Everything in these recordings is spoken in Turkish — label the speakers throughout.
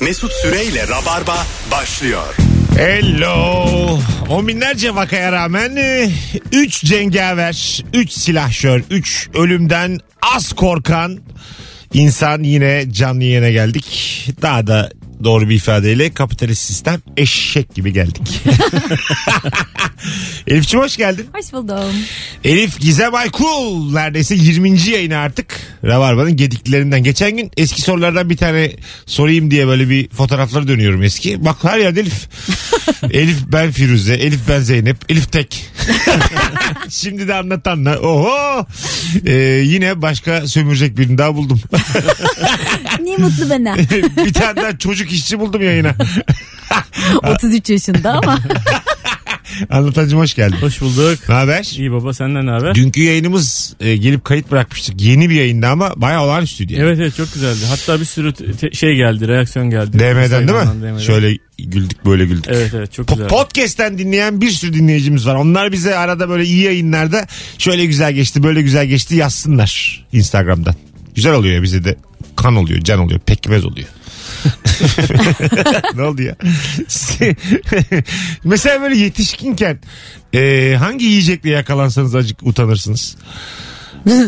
Speaker 1: Mesut Süreyle Rabarba başlıyor.
Speaker 2: Hello. On binlerce vakaya rağmen 3 cengaver, 3 silahşör, 3 ölümden az korkan insan yine canlı yayına geldik. Daha da doğru bir ifadeyle kapitalist sistem eşek gibi geldik. Elif'ciğim hoş geldin.
Speaker 3: Hoş buldum.
Speaker 2: Elif Gizem Aykul neredeyse 20. yayını artık Rabarba'nın gediklerinden. Geçen gün eski sorulardan bir tane sorayım diye böyle bir fotoğrafları dönüyorum eski. Bak her yerde Elif. Elif ben Firuze, Elif ben Zeynep, Elif tek. Şimdi de anlatanla oho Ee, yine başka sömürecek birini daha buldum.
Speaker 3: Ne mutlu bana.
Speaker 2: bir tane daha çocuk işçi buldum yayına.
Speaker 3: 33 yaşında ama.
Speaker 2: Anlatancım hoş geldin.
Speaker 4: Hoş bulduk.
Speaker 2: Ne haber?
Speaker 4: İyi baba senden ne haber?
Speaker 2: Dünkü yayınımız e, gelip kayıt bırakmıştık. Yeni bir yayında ama bayağı olağanüstüydü. yani.
Speaker 4: Evet evet çok güzeldi. Hatta bir sürü te- şey geldi, reaksiyon geldi.
Speaker 2: DM'den değil mi?
Speaker 4: Instagram'dan, DM'den.
Speaker 2: Şöyle güldük böyle güldük.
Speaker 4: Evet evet çok
Speaker 2: Po-
Speaker 4: güzel.
Speaker 2: Podcast'ten dinleyen bir sürü dinleyicimiz var. Onlar bize arada böyle iyi yayınlarda şöyle güzel geçti, böyle güzel geçti yazsınlar Instagram'dan. Güzel oluyor ya bize de kan oluyor, can oluyor, pekmez oluyor. ne oldu ya? Mesela böyle yetişkinken e, hangi yiyecekle yakalansanız acık utanırsınız?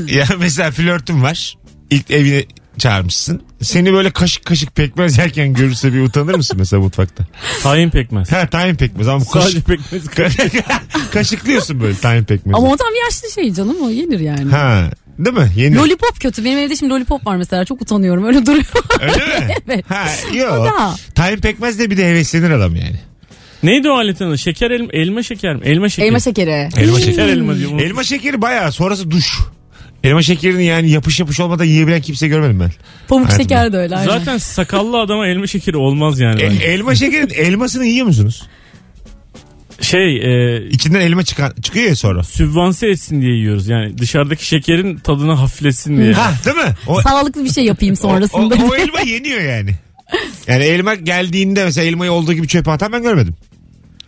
Speaker 2: ya mesela flörtüm var. İlk evine çağırmışsın. Seni böyle kaşık kaşık pekmez yerken görürse bir utanır mısın mesela mutfakta?
Speaker 4: Tayin pekmez.
Speaker 2: Ha tahin pekmez ama bu
Speaker 4: Sadece
Speaker 2: kaşık,
Speaker 4: pekmez.
Speaker 2: kaşıklıyorsun böyle tahin pekmezi.
Speaker 3: ama o tam yaşlı şey canım o yenir yani.
Speaker 2: Ha değil mi? Yeni.
Speaker 3: Lollipop kötü. Benim evde şimdi lollipop var mesela. Çok utanıyorum. Öyle duruyor.
Speaker 2: Öyle mi?
Speaker 3: evet.
Speaker 2: Ha
Speaker 3: O
Speaker 2: yok.
Speaker 3: da.
Speaker 2: Tahin pekmez de bir de heveslenir adam yani.
Speaker 4: Neydi o aletin adı? Şeker elma, elma şeker mi? Elma şeker.
Speaker 3: Elma şekeri.
Speaker 2: Elma
Speaker 4: Şeker elma diyor. Elma.
Speaker 2: Elma şekeri bayağı sonrası duş. Elma şekerini yani yapış yapış olmadan yiyebilen kimse görmedim ben.
Speaker 3: Pamuk
Speaker 2: Hayatım.
Speaker 3: şekeri de öyle. aynen.
Speaker 4: Zaten sakallı adama elma şekeri olmaz yani.
Speaker 2: E-
Speaker 4: bence.
Speaker 2: elma şekerin elmasını yiyor musunuz?
Speaker 4: Şey e,
Speaker 2: İçinden elma çıkan çıkıyor ya sonra.
Speaker 4: sübvanse etsin diye yiyoruz. Yani dışarıdaki şekerin tadını hafifletsin diye.
Speaker 2: Ha değil mi? O,
Speaker 3: Sağlıklı bir şey yapayım sonrasında.
Speaker 2: O, o, o elma yeniyor yani. Yani elma geldiğinde mesela elmayı olduğu gibi çöpe atan ben görmedim.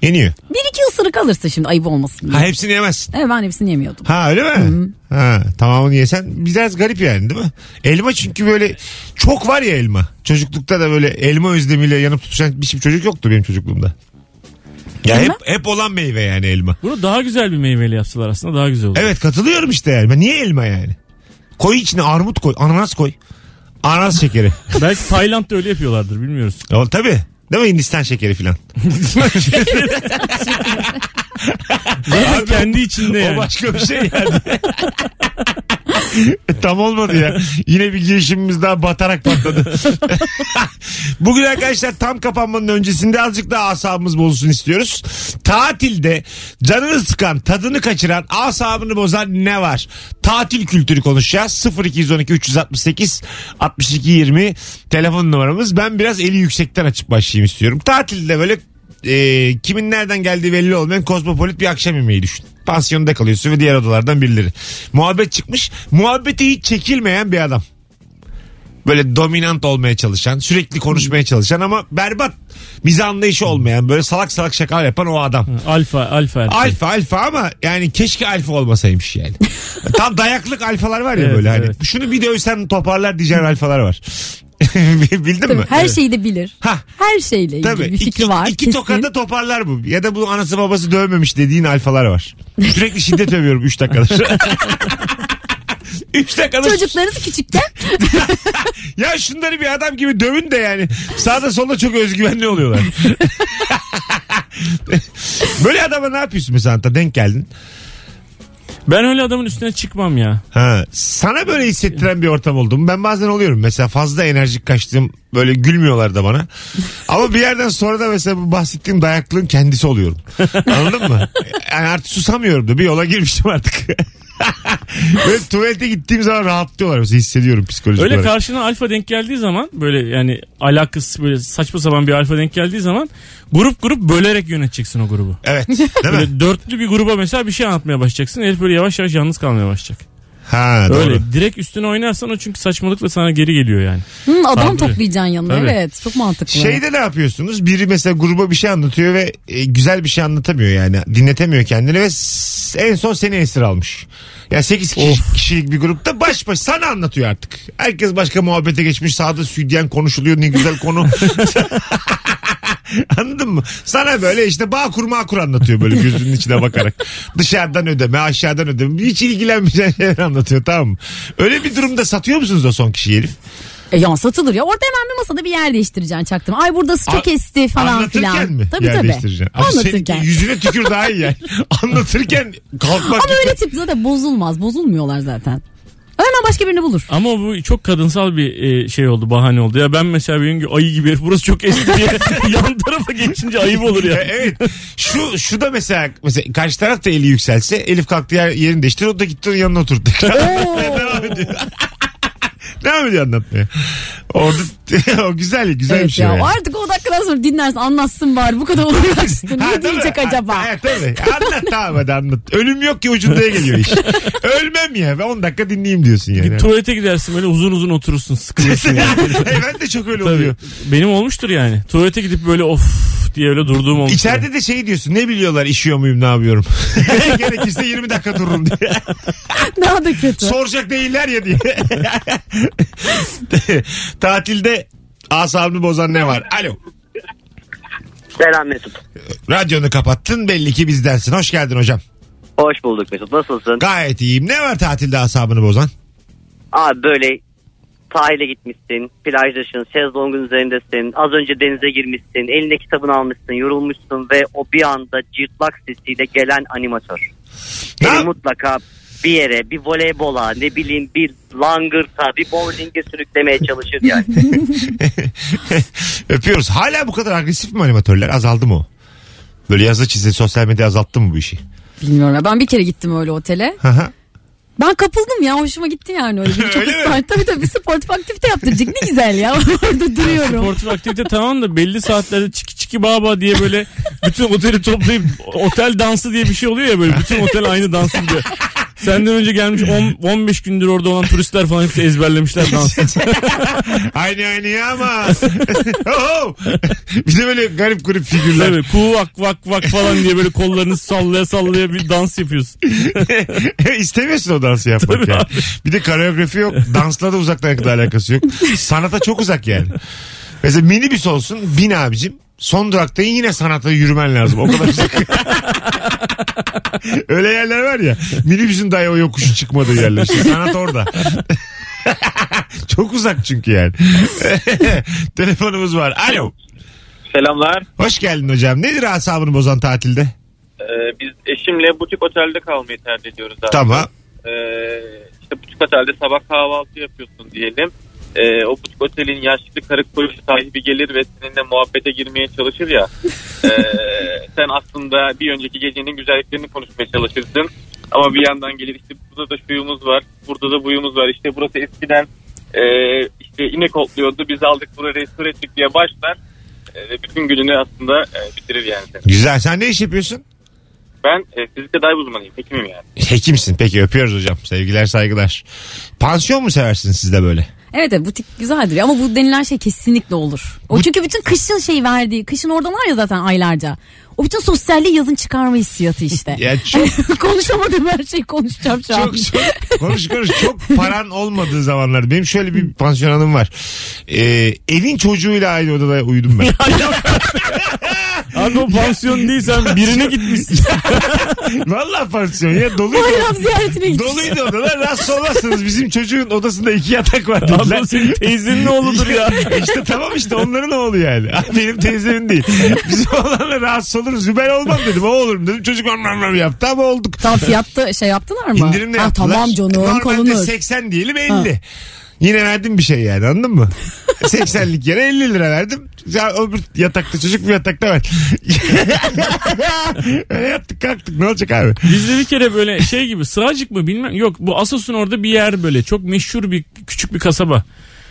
Speaker 2: Yeniyor.
Speaker 3: bir iki ısırık alırsa şimdi ayıp olmasın diye.
Speaker 2: Ha hepsini yemezsin.
Speaker 3: Evet ben hepsini yemiyordum.
Speaker 2: Ha öyle mi? Ha tamamını yesen biraz garip yani değil mi? Elma çünkü böyle çok var ya elma. Çocuklukta da böyle elma özlemiyle yanıp tutuşan bir çocuk yoktu benim çocukluğumda. Ya hep,
Speaker 3: Elma?
Speaker 2: hep olan meyve yani elma.
Speaker 4: Bunu daha güzel bir meyveyle yapsalar aslında daha güzel olur.
Speaker 2: Evet katılıyorum işte yani. Ben Niye elma yani? Koy içine armut koy, ananas koy. Ananas şekeri.
Speaker 4: Belki Tayland'da öyle yapıyorlardır bilmiyoruz.
Speaker 2: Ama tabii. Değil mi Hindistan şekeri filan?
Speaker 4: Zaten kendi içinde
Speaker 2: O
Speaker 4: yani.
Speaker 2: başka bir şey yani. E, Tam olmadı ya. Yine bir girişimimiz daha batarak patladı. Bugün arkadaşlar tam kapanmanın öncesinde azıcık daha asabımız bozulsun istiyoruz. Tatilde canını sıkan, tadını kaçıran, asabını bozan ne var? Tatil kültürü konuşacağız. 0212 368 62 20 telefon numaramız. Ben biraz eli yüksekten açıp başlayayım istiyorum. Tatilde böyle e, kimin nereden geldiği belli olmayan kozmopolit bir akşam yemeği düşün. Pansiyonda kalıyorsun ve diğer odalardan birileri. Muhabbet çıkmış. Muhabbeti hiç çekilmeyen bir adam. Böyle dominant olmaya çalışan, sürekli konuşmaya çalışan ama berbat bize anlayışı olmayan, böyle salak salak şakalar yapan o adam.
Speaker 4: Alfa, alfa. erkek.
Speaker 2: Alfa alfa ama yani keşke alfa olmasaymış yani. Tam dayaklık alfalar var ya
Speaker 4: Evet,
Speaker 2: böyle hani.
Speaker 4: evet.
Speaker 2: Şunu bir dövsen toparlar diyeceğin alfalar var. Bildin
Speaker 3: Tabii
Speaker 2: mi?
Speaker 3: her şeyi de bilir.
Speaker 2: Ha.
Speaker 3: Her şeyle ilgili
Speaker 2: Tabii.
Speaker 3: bir fikri
Speaker 2: iki,
Speaker 3: var.
Speaker 2: iki
Speaker 3: kesin.
Speaker 2: tokada toparlar bu. Ya da bu anası babası dövmemiş dediğin alfalar var. Sürekli şiddet övüyorum 3 dakikadır. 3 dakikadır.
Speaker 3: Çocuklarınız küçükken
Speaker 2: Ya şunları bir adam gibi dövün de yani. Sağda solda çok özgüvenli oluyorlar. Böyle adama ne yapıyorsun mesela Anta? Denk geldin.
Speaker 4: Ben öyle adamın üstüne çıkmam ya.
Speaker 2: Ha, sana böyle hissettiren bir ortam oldu mu? Ben bazen oluyorum. Mesela fazla enerjik kaçtığım böyle gülmüyorlar da bana. Ama bir yerden sonra da mesela bu bahsettiğim dayaklığın kendisi oluyorum. Anladın mı? Yani artık susamıyorum da bir yola girmiştim artık. böyle tuvalete gittiğim zaman rahatlıyorlar mesela hissediyorum psikolojik
Speaker 4: Öyle
Speaker 2: olarak.
Speaker 4: karşına alfa denk geldiği zaman böyle yani alakasız böyle saçma sapan bir alfa denk geldiği zaman grup grup bölerek yöneteceksin o grubu.
Speaker 2: Evet değil mi?
Speaker 4: Böyle dörtlü bir gruba mesela bir şey anlatmaya başlayacaksın. Herif böyle yavaş yavaş yalnız kalmaya başlayacak.
Speaker 2: Ha E, doğru.
Speaker 4: Öyle direkt üstüne oynarsan o çünkü saçmalıkla sana geri geliyor yani.
Speaker 3: Hı, adam
Speaker 4: Tabii.
Speaker 3: toplayacaksın yanına.
Speaker 4: Tabii.
Speaker 3: Evet çok mantıklı.
Speaker 2: Şeyde ne yapıyorsunuz? Biri mesela gruba bir şey anlatıyor ve e, güzel bir şey anlatamıyor yani. Dinletemiyor kendini ve s- en son seni esir almış. Ya 8 kişilik bir grupta baş baş sana anlatıyor artık. Herkes başka muhabbete geçmiş. Sağda südyen konuşuluyor ne güzel konu. Anladın mı? Sana böyle işte bağ kurma kur anlatıyor böyle gözünün içine bakarak. Dışarıdan ödeme, aşağıdan ödeme. Hiç ilgilenmeyeceğin şeyler anlatıyor tamam mı? Öyle bir durumda satıyor musunuz o son kişiyi herif?
Speaker 3: E, yan satılır ya. Orada hemen bir masada bir yer değiştireceksin çaktım. Ay buradası çok
Speaker 2: A-
Speaker 3: esti falan
Speaker 2: Anlatırken
Speaker 3: filan.
Speaker 2: mi?
Speaker 3: Tabii
Speaker 2: Yer
Speaker 3: tabii.
Speaker 2: değiştireceksin? şey, Ama
Speaker 3: Anlatırken.
Speaker 2: seninki yüzüne tükür daha iyi yani. Anlatırken kalkmak
Speaker 3: Ama öyle tip zaten bozulmaz. Bozulmuyorlar zaten. Hemen başka birini bulur.
Speaker 4: Ama bu çok kadınsal bir e, şey oldu bahane oldu. Ya ben mesela bir gün ayı gibi herif, burası çok eski diye yan tarafa geçince ayıp olur
Speaker 2: E,
Speaker 4: ya.
Speaker 2: evet. Şu şu da mesela mesela karşı taraf da eli yükselse Elif kalktı yer, yerini değiştir o da gitti onun yanına oturdu. Devam ediyor. Devam ediyor anlatmaya. Orada o güzel güzel bir
Speaker 3: evet
Speaker 2: şey.
Speaker 3: ya.
Speaker 2: yani.
Speaker 3: Artık o dakikadan sonra dinlersin anlatsın bari. Bu kadar uğraştın.
Speaker 2: Ha,
Speaker 3: ne
Speaker 2: tabii.
Speaker 3: diyecek
Speaker 2: Ha,
Speaker 3: acaba?
Speaker 2: Ha, tabii. Anlat tamam hadi anlat. Ölüm yok ki ucundaya geliyor iş. Ölmem ya. Ben 10 dakika dinleyeyim diyorsun yani.
Speaker 4: Tuvalete gidersin böyle uzun uzun oturursun sıkılırsın. yani.
Speaker 2: E, ben de çok öyle oluyor.
Speaker 4: Tabii. Benim olmuştur yani. Tuvalete gidip böyle of diye öyle durduğum olmuştur.
Speaker 2: İçeride de şey diyorsun ne biliyorlar işiyor muyum ne yapıyorum. Gerekirse 20 dakika dururum diye.
Speaker 3: Daha da kötü.
Speaker 2: Soracak değiller ya diye. Tatilde asabını bozan ne var? Alo.
Speaker 5: Selam Mesut.
Speaker 2: Radyonu kapattın belli ki bizdensin. Hoş geldin hocam.
Speaker 5: Hoş bulduk Mesut. Nasılsın?
Speaker 2: Gayet iyiyim. Ne var tatilde asabını bozan?
Speaker 5: Abi böyle sahile gitmişsin, plajdasın, şezlongun üzerindesin, az önce denize girmişsin, eline kitabını almışsın, yorulmuşsun ve o bir anda cırtlak sesiyle gelen animatör.
Speaker 2: Ne
Speaker 5: Seni
Speaker 2: yap-
Speaker 5: mutlaka bir yere, bir voleybola, ne bileyim bir langırta, bir bowling'e sürüklemeye çalışır yani.
Speaker 2: Öpüyoruz. Hala bu kadar agresif mi animatörler? Azaldı mı o? Böyle yazı çizdi sosyal medya azalttı mı bu işi?
Speaker 3: Bilmiyorum ya. Ben bir kere gittim öyle otele.
Speaker 2: Hı hı.
Speaker 3: Ben kapıldım ya. Hoşuma gitti yani öyle. Bir çok
Speaker 2: Öyle mi?
Speaker 3: ısrar. Tabii tabii bir sportif aktivite yaptıracak. Ne güzel ya. Orada duruyorum.
Speaker 4: Sportif aktivite tamam da belli saatlerde çiki çiki baba diye böyle bütün oteli toplayıp otel dansı diye bir şey oluyor ya böyle bütün otel aynı dansı diyor. Senden önce gelmiş on- 15 gündür orada olan turistler falan hepsi ezberlemişler dansı.
Speaker 2: aynı aynı ya ama. Oho! bir de böyle garip grup figürler.
Speaker 4: Tabii ku vak vak vak falan diye böyle kollarını sallaya sallaya bir dans yapıyorsun.
Speaker 2: İstemiyorsun o dansı yapmak
Speaker 4: Tabii
Speaker 2: yani.
Speaker 4: abi.
Speaker 2: Bir de koreografi yok. Dansla da uzaktan yakın alakası yok. Sanata çok uzak yani. Mesela minibüs olsun bin abicim. Son durakta yine sanata yürümen lazım. O kadar uzak. Öyle yerler var ya. Minibüsün dahi o yokuşu çıkmadığı yerler. İşte sanat orada. çok uzak çünkü yani. Telefonumuz var. Alo.
Speaker 6: Selamlar.
Speaker 2: Hoş geldin hocam. Nedir asabını bozan tatilde?
Speaker 6: Ee, biz eşimle butik otelde kalmayı tercih ediyoruz abi.
Speaker 2: Tamam.
Speaker 6: Ee, işte butik otelde sabah kahvaltı yapıyorsun diyelim. Ee, o butik otelin yaşlı karı koca sahibi gelir ve seninle muhabbete girmeye çalışır ya. Ee, sen aslında bir önceki gecenin güzelliklerini konuşmaya çalışırsın. Ama bir yandan gelir işte burada da şuyumuz var, burada da buyumuz var. İşte burası eskiden e, işte inek otluyordu, biz aldık burayı restore ettik diye başlar. Ee, ve bütün gününü aslında e, bitirir yani. seni.
Speaker 2: Güzel. Sen ne iş yapıyorsun?
Speaker 6: Ben e, fizik tedavi uzmanıyım. Hekimim yani.
Speaker 2: Hekimsin. Peki öpüyoruz hocam. Sevgiler saygılar. Pansiyon mu seversiniz siz de böyle?
Speaker 3: Evet evet butik güzeldir ama bu denilen şey kesinlikle olur. O çünkü bütün kışın şey verdiği, kışın oradalar ya zaten aylarca. O bütün sosyalliği yazın çıkarma hissiyatı işte.
Speaker 2: Ya çok
Speaker 3: Konuşamadım her şeyi konuşacağım şu an.
Speaker 2: çok çok konuş konuş çok paran olmadığı zamanlar. Benim şöyle bir pansiyon hanım var. Ee, evin çocuğuyla aynı odada uyudum ben.
Speaker 4: Abi o pansiyon değilsen birine gitmişsin.
Speaker 2: Vallahi pansiyon ya doluydu.
Speaker 3: Bayram ziyaretine gittim.
Speaker 2: doluydu odalar. Rahatsız olmazsınız. Bizim çocuğun odasında iki yatak var dediler.
Speaker 4: Abla senin teyzenin oğludur ya.
Speaker 2: işte tamam işte onların oğlu yani. Benim teyzemin değil. Biz oğlanla rahatsız oluruz. Ben olmam dedim. O olurum dedim. Çocuk anlamam yaptı ama olduk.
Speaker 3: Tam fiyatta şey yaptılar mı?
Speaker 2: İndirimle
Speaker 3: ha,
Speaker 2: yaptılar.
Speaker 3: Tamam canım
Speaker 2: Normalde
Speaker 3: konulur.
Speaker 2: 80 diyelim 50. Yine verdim bir şey yani anladın mı? 80'lik yere 50 lira verdim. Ya öbür yatakta çocuk bir yatakta ver. Öyle yattık kalktık ne olacak abi?
Speaker 4: Bizde bir kere böyle şey gibi sığacık mı bilmem. Yok bu Asos'un orada bir yer böyle. Çok meşhur bir küçük bir kasaba.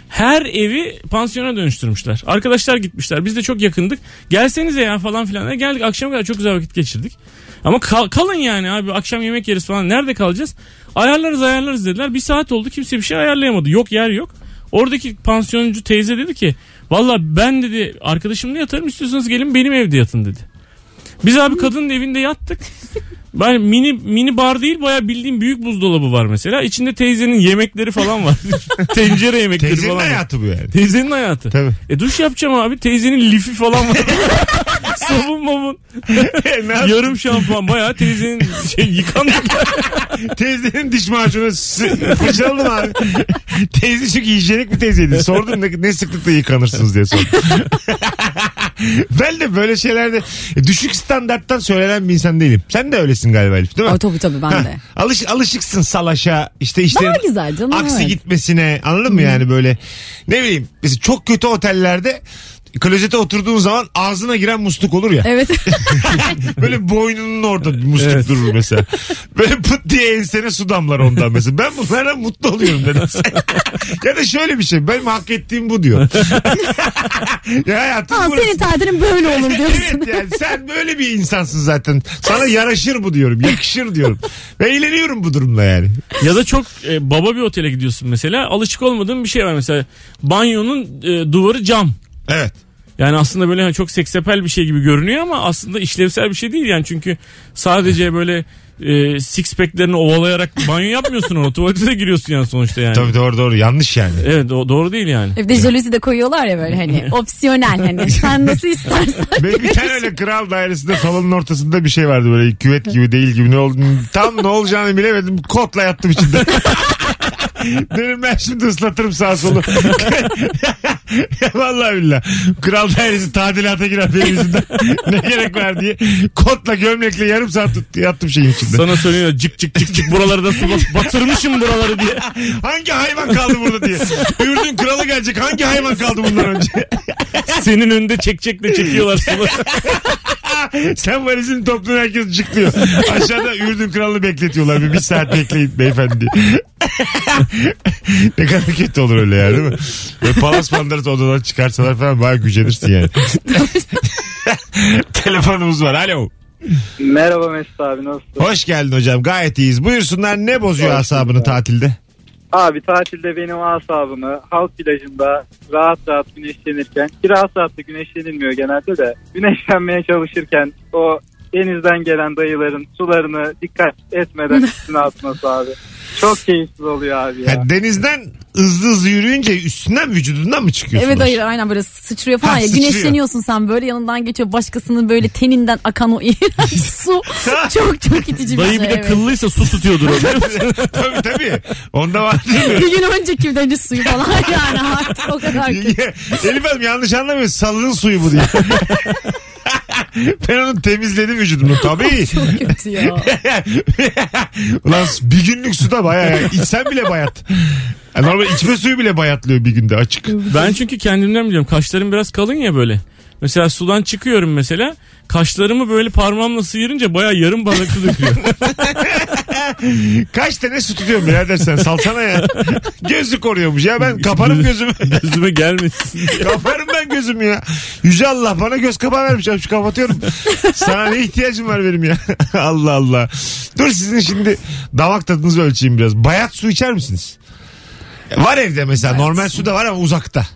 Speaker 4: Her evi pansiyona dönüştürmüşler. Arkadaşlar gitmişler. Biz de çok yakındık. Gelsenize ya falan filan. E geldik akşama kadar çok güzel vakit geçirdik. Ama kal- kalın yani abi akşam yemek yeriz falan. Nerede kalacağız? Ayarlarız ayarlarız dediler. Bir saat oldu kimse bir şey ayarlayamadı. Yok yer yok. Oradaki pansiyoncu teyze dedi ki Valla ben dedi arkadaşımla yatarım istiyorsanız gelin benim evde yatın dedi. Biz abi kadının evinde yattık. Ben mini mini bar değil bayağı bildiğim büyük buzdolabı var mesela. İçinde teyzenin yemekleri falan var. Tencere yemekleri
Speaker 2: Teyzenin
Speaker 4: falan var.
Speaker 2: hayatı bu yani.
Speaker 4: Teyzenin hayatı.
Speaker 2: Tabii.
Speaker 4: E duş yapacağım abi. Teyzenin lifi falan var. Sabun mabun.
Speaker 2: Ne yap-
Speaker 4: Yarım şampuan bayağı teyzenin şey yıkandı.
Speaker 2: Teyzenin diş macunu s- fırçaladım abi. Teyze çünkü hijyenik bir teyzeydi. Sordum ne, ne sıklıkla yıkanırsınız diye sordum. ben de böyle şeylerde e, düşük standarttan söylenen bir insan değilim. Sen de öylesin galiba Elif değil mi?
Speaker 3: Ay, tabii tabii ben de.
Speaker 2: Heh, Alış, alışıksın salaşa işte işte
Speaker 3: Daha güzel canım,
Speaker 2: aksi
Speaker 3: evet.
Speaker 2: gitmesine anladın mı yani böyle ne bileyim mesela çok kötü otellerde klozete oturduğun zaman ağzına giren musluk olur ya.
Speaker 3: Evet.
Speaker 2: Böyle boynunun orada bir musluk
Speaker 4: Evet.
Speaker 2: durur mesela. Böyle pıt diye ensene su damlar ondan mesela. Ben bunlardan mutlu oluyorum dedim. ya da şöyle bir şey. Benim hak ettiğim bu diyor. ya hayatım
Speaker 3: Aa,
Speaker 2: burası.
Speaker 3: senin tatilin böyle olur diyorsun.
Speaker 2: Evet yani sen böyle bir insansın zaten. Sana yaraşır bu diyorum. Yakışır diyorum. Ve eğleniyorum bu durumla yani.
Speaker 4: Ya da çok e, baba bir otele gidiyorsun mesela. Alışık olmadığın bir şey var mesela. Banyonun e, duvarı cam.
Speaker 2: Evet.
Speaker 4: Yani aslında böyle hani çok seksepel bir şey gibi görünüyor ama aslında işlevsel bir şey değil yani çünkü sadece böyle e, six pack'lerini ovalayarak banyo yapmıyorsun onu tuvalete de giriyorsun yani sonuçta yani.
Speaker 2: Tabii doğru doğru. Yanlış yani.
Speaker 4: Evet o- doğru değil yani.
Speaker 3: Evde jaluzi de koyuyorlar ya böyle hani opsiyonel hani sen nasıl istersen.
Speaker 2: Benim bir tane öyle kral dairesinde salonun ortasında bir şey vardı böyle küvet gibi değil gibi ne oldu tam ne olacağını bilemedim kotla yattım içinde. Dedim ben şimdi ıslatırım sağ solu. Vallahi billah. Kral dairesi tadilata girer benim yüzümden. ne gerek var diye. Kotla gömlekle yarım saat tut- yattım şeyin içinde.
Speaker 4: Sana söylüyor cık cık cık cık buraları da su bas- batırmışım buraları diye.
Speaker 2: Hangi hayvan kaldı burada diye. Ürdün kralı gelecek. Hangi hayvan kaldı bundan önce?
Speaker 4: Senin önünde çek çekle çekiyorlar suları.
Speaker 2: Sen valizini topluyor herkes çıkıyor. Aşağıda Ürdün kralını bekletiyorlar. Bir, bir saat bekleyin beyefendi. ne kadar kötü olur öyle yani değil mi? Böyle palas pandarat odadan çıkarsalar falan bayağı gücenirsin yani. Telefonumuz var. Alo.
Speaker 7: Merhaba Mesut abi nasılsın?
Speaker 2: Hoş geldin hocam. Gayet iyiyiz. Buyursunlar ne bozuyor
Speaker 7: Hoş
Speaker 2: asabını
Speaker 7: bulduk.
Speaker 2: tatilde?
Speaker 7: Abi tatilde benim asabımı halk plajında rahat rahat güneşlenirken ki rahat rahat da güneşlenilmiyor genelde de güneşlenmeye çalışırken o denizden gelen dayıların sularını dikkat etmeden üstüne atması abi. Çok keyifsiz oluyor abi ya.
Speaker 2: Ha, denizden hızlı hızlı yürüyünce üstünden vücudundan mı çıkıyorsun?
Speaker 3: Evet hayır aynen böyle sıçrıyor falan
Speaker 2: Ha,
Speaker 3: ya.
Speaker 2: sıçrıyor.
Speaker 3: Güneşleniyorsun sen böyle yanından geçiyor. Başkasının böyle teninden akan o iğrenç su. çok çok itici bir şey.
Speaker 4: Dayı bir de
Speaker 3: evet.
Speaker 4: kıllıysa su tutuyordur o. biliyor musun?
Speaker 2: tabii tabii. Onda var değil mi?
Speaker 3: Bir gün önceki deniz suyu falan yani artık o kadar kötü.
Speaker 2: Elif Hanım yanlış anlamayın. Salının suyu bu diye. ben onu temizledim vücudumda tabii.
Speaker 3: Çok kötü ya.
Speaker 2: Ulan bir günlük su da bayağı. ya. İçsen bile bayat. Ya Normal içme suyu bile bayatlıyor bir günde açık.
Speaker 4: Ben çünkü kendimden biliyorum kaşlarım biraz kalın ya böyle. Mesela sudan çıkıyorum mesela kaşlarımı böyle parmağımla sıyırınca baya yarım bardaklı döküyor.
Speaker 2: Kaç tane su tutuyorum birader sen salsana ya. Gözü koruyormuş ya ben kaparım gözümü.
Speaker 4: Gözüme gelmesin.
Speaker 2: kaparım ben gözümü ya. Yüce Allah bana göz kapağı vermiş. Abi şu kapatıyorum. Sana ne ihtiyacım var benim ya. Allah Allah. Dur sizin şimdi damak tadınızı ölçeyim biraz. Bayat su içer misiniz? Var evde mesela normal su da var ama uzakta.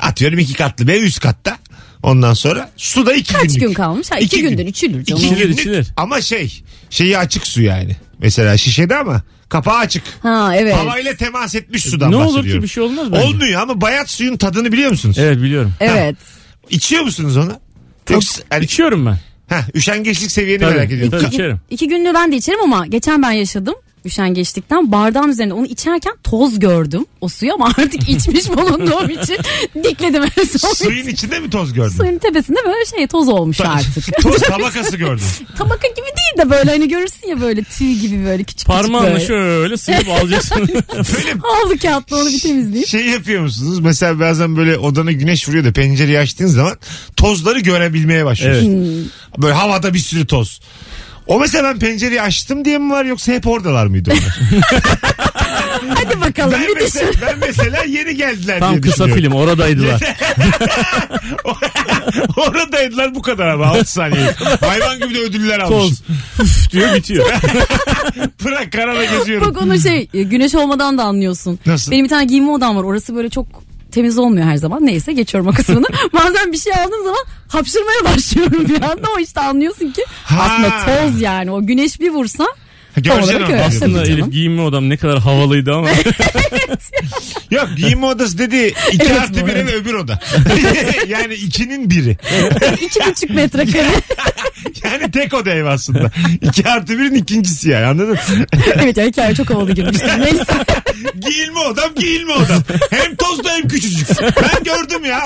Speaker 2: Atıyorum iki katlı ve üst katta. Ondan sonra su da iki
Speaker 3: Kaç
Speaker 2: günlük.
Speaker 3: gün kalmış? Ha, iki,
Speaker 2: İki
Speaker 3: gündür
Speaker 2: gün.
Speaker 3: içilir canım.
Speaker 2: İki
Speaker 4: İçilir,
Speaker 2: günlük
Speaker 4: içilir.
Speaker 2: ama şey şeyi açık su yani. Mesela şişede ama kapağı açık.
Speaker 3: Ha evet.
Speaker 2: Havayla temas etmiş sudan
Speaker 4: ne olur
Speaker 2: bahsediyorum.
Speaker 4: ki bir şey olmaz bence.
Speaker 2: Olmuyor ama bayat suyun tadını biliyor musunuz?
Speaker 4: Evet biliyorum.
Speaker 3: Evet.
Speaker 2: İçiyor musunuz onu? Yoksa yani,
Speaker 4: İçiyorum ben.
Speaker 2: ha, üşengeçlik seviyeni
Speaker 4: Tabii,
Speaker 2: merak ediyorum.
Speaker 4: tabii içerim.
Speaker 3: İki günlüğü ben de içerim ama geçen ben yaşadım. Üşengeçlikten bardağın üzerinde onu içerken toz gördüm o suyu ama artık içmiş bulunduğum için dikledim en son.
Speaker 2: Suyun içinde mi toz gördün?
Speaker 3: Suyun tepesinde böyle şey toz olmuş artık.
Speaker 2: toz tabakası gördün.
Speaker 3: Tabaka gibi değil de böyle hani görürsün ya böyle tüy gibi böyle küçük
Speaker 4: Parmağınla
Speaker 3: küçük böyle.
Speaker 4: şöyle sıyıp alacaksın.
Speaker 2: Böyle
Speaker 3: Havlu kağıtla onu bir temizleyip.
Speaker 2: şey yapıyor musunuz? Mesela bazen böyle odana güneş vuruyor da pencereyi açtığın zaman tozları görebilmeye başlıyorsun. Böyle havada bir sürü toz. O mesela ben pencereyi açtım diye mi var yoksa hep oradalar mıydı onlar?
Speaker 3: Hadi bakalım
Speaker 2: ben,
Speaker 3: bir düşün.
Speaker 2: mesela, ben mesela yeni geldiler
Speaker 4: Tam
Speaker 2: diye
Speaker 4: kısa
Speaker 2: düşünüyorum.
Speaker 4: film oradaydılar.
Speaker 2: Oradaydılar bu kadar ama 6 saniye. Hayvan gibi de ödüller
Speaker 4: Toz.
Speaker 2: almışım.
Speaker 4: Üf diyor bitiyor.
Speaker 2: Bırak karada geziyorum.
Speaker 3: Bak onu şey e, güneş olmadan da anlıyorsun.
Speaker 2: Nasıl?
Speaker 3: Benim bir tane giyinme odam var. Orası böyle çok temiz olmuyor her zaman. Neyse geçiyorum o kısmını. Bazen bir şey aldığım zaman hapşırmaya başlıyorum bir anda. O işte anlıyorsun ki
Speaker 2: Ha.
Speaker 3: aslında toz yani. O güneş bir vursa
Speaker 2: Göreceksin
Speaker 3: olarak
Speaker 2: ama.
Speaker 3: öyle.
Speaker 4: Aslında
Speaker 3: Tabii canım.
Speaker 4: Elif giyinme odam ne kadar havalıydı ama.
Speaker 2: Yok giyinme odası dedi iki
Speaker 3: Evet,
Speaker 2: artı
Speaker 3: bu
Speaker 2: biri
Speaker 3: arada.
Speaker 2: ve öbür oda. yani ikinin biri.
Speaker 3: e, iki buçuk metrekare.
Speaker 2: Yani tek oda ev aslında. İki artı birin ikincisi yani anladın mı?
Speaker 3: evet ya hikaye çok havalı girmişti. Neyse.
Speaker 2: Giyilme odam giyilme odam. Hem tozlu hem küçücük. Ben gördüm ya.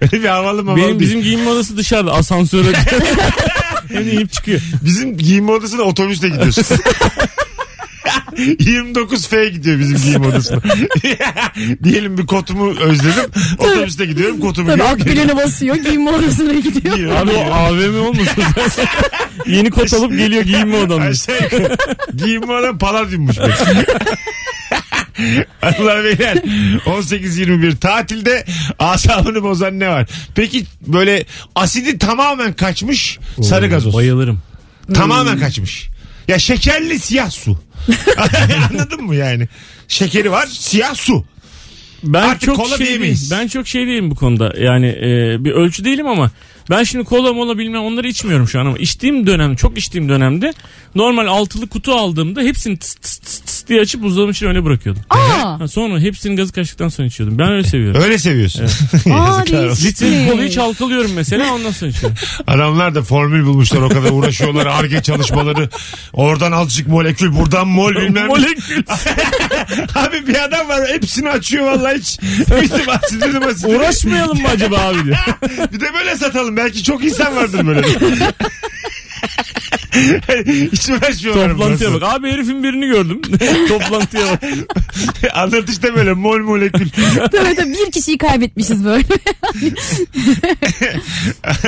Speaker 2: Öyle bir havalı mamalı bizim,
Speaker 4: Benim bizim giyinme odası dışarıda asansöre. Hem inip çıkıyor.
Speaker 2: bizim giyinme odasına otobüsle gidiyorsun. 29 F gidiyor bizim giyinme odasına. Diyelim bir kotumu özledim. Otobüste gidiyorum kotumu
Speaker 3: Tabii
Speaker 2: giyiyorum.
Speaker 3: akbilene basıyor. Giyinme odasına gidiyor.
Speaker 2: Giyiyorum,
Speaker 4: Abi o
Speaker 2: giyiyorum.
Speaker 4: AVM olmasın. Yeni kot alıp geliyor giyinme odamda.
Speaker 2: Aşağı yukarı. Giyinme adam paladyummuş. be. Allah beyler 18-21 tatilde asabını bozan ne var? Peki böyle asidi tamamen kaçmış sarı gazoz.
Speaker 4: Bayılırım.
Speaker 2: Tamamen kaçmış. Ya şekerli siyah su. Anladın mı yani? Şekeri var siyah su.
Speaker 4: Ben
Speaker 2: Artık
Speaker 4: çok
Speaker 2: kola
Speaker 4: şey
Speaker 2: diyemeyiz.
Speaker 4: değilim. Ben çok şey değilim bu konuda. Yani e, bir ölçü değilim ama ben şimdi kola mola bilmem onları içmiyorum şu an ama içtiğim dönem çok içtiğim dönemde normal altılı kutu aldığımda hepsini tıs tıs tıs tıs diye açıp buzdolabının içine öyle bırakıyordum.
Speaker 3: Aa,
Speaker 4: Ha, sonra hepsinin gazı kaçtıktan sonra içiyordum. Ben öyle seviyorum.
Speaker 2: Öyle seviyorsun.
Speaker 3: aa
Speaker 2: Yazıklar olsun.
Speaker 3: değişik.
Speaker 4: Litre kolayı çalkalıyorum mesela ondan sonra içiyorum.
Speaker 2: Adamlar da formül bulmuşlar o kadar uğraşıyorlar. Arge çalışmaları. Oradan azıcık molekül buradan mol bilmem. ne.
Speaker 4: Molekül.
Speaker 2: Abi bir adam var hepsini açıyor vallahi hiç. Bizim asitini masitini.
Speaker 4: Uğraşmayalım mı acaba abi diyor.
Speaker 2: Bir de böyle satalım. Belki çok insan vardır böyle. hiç uğraşmıyorlar.
Speaker 4: Toplantıya bak. Abi herifin birini gördüm. Toplantıya bak.
Speaker 2: Anlatışta böyle mol molekül.
Speaker 3: Tabii tabii bir kişiyi kaybetmişiz böyle.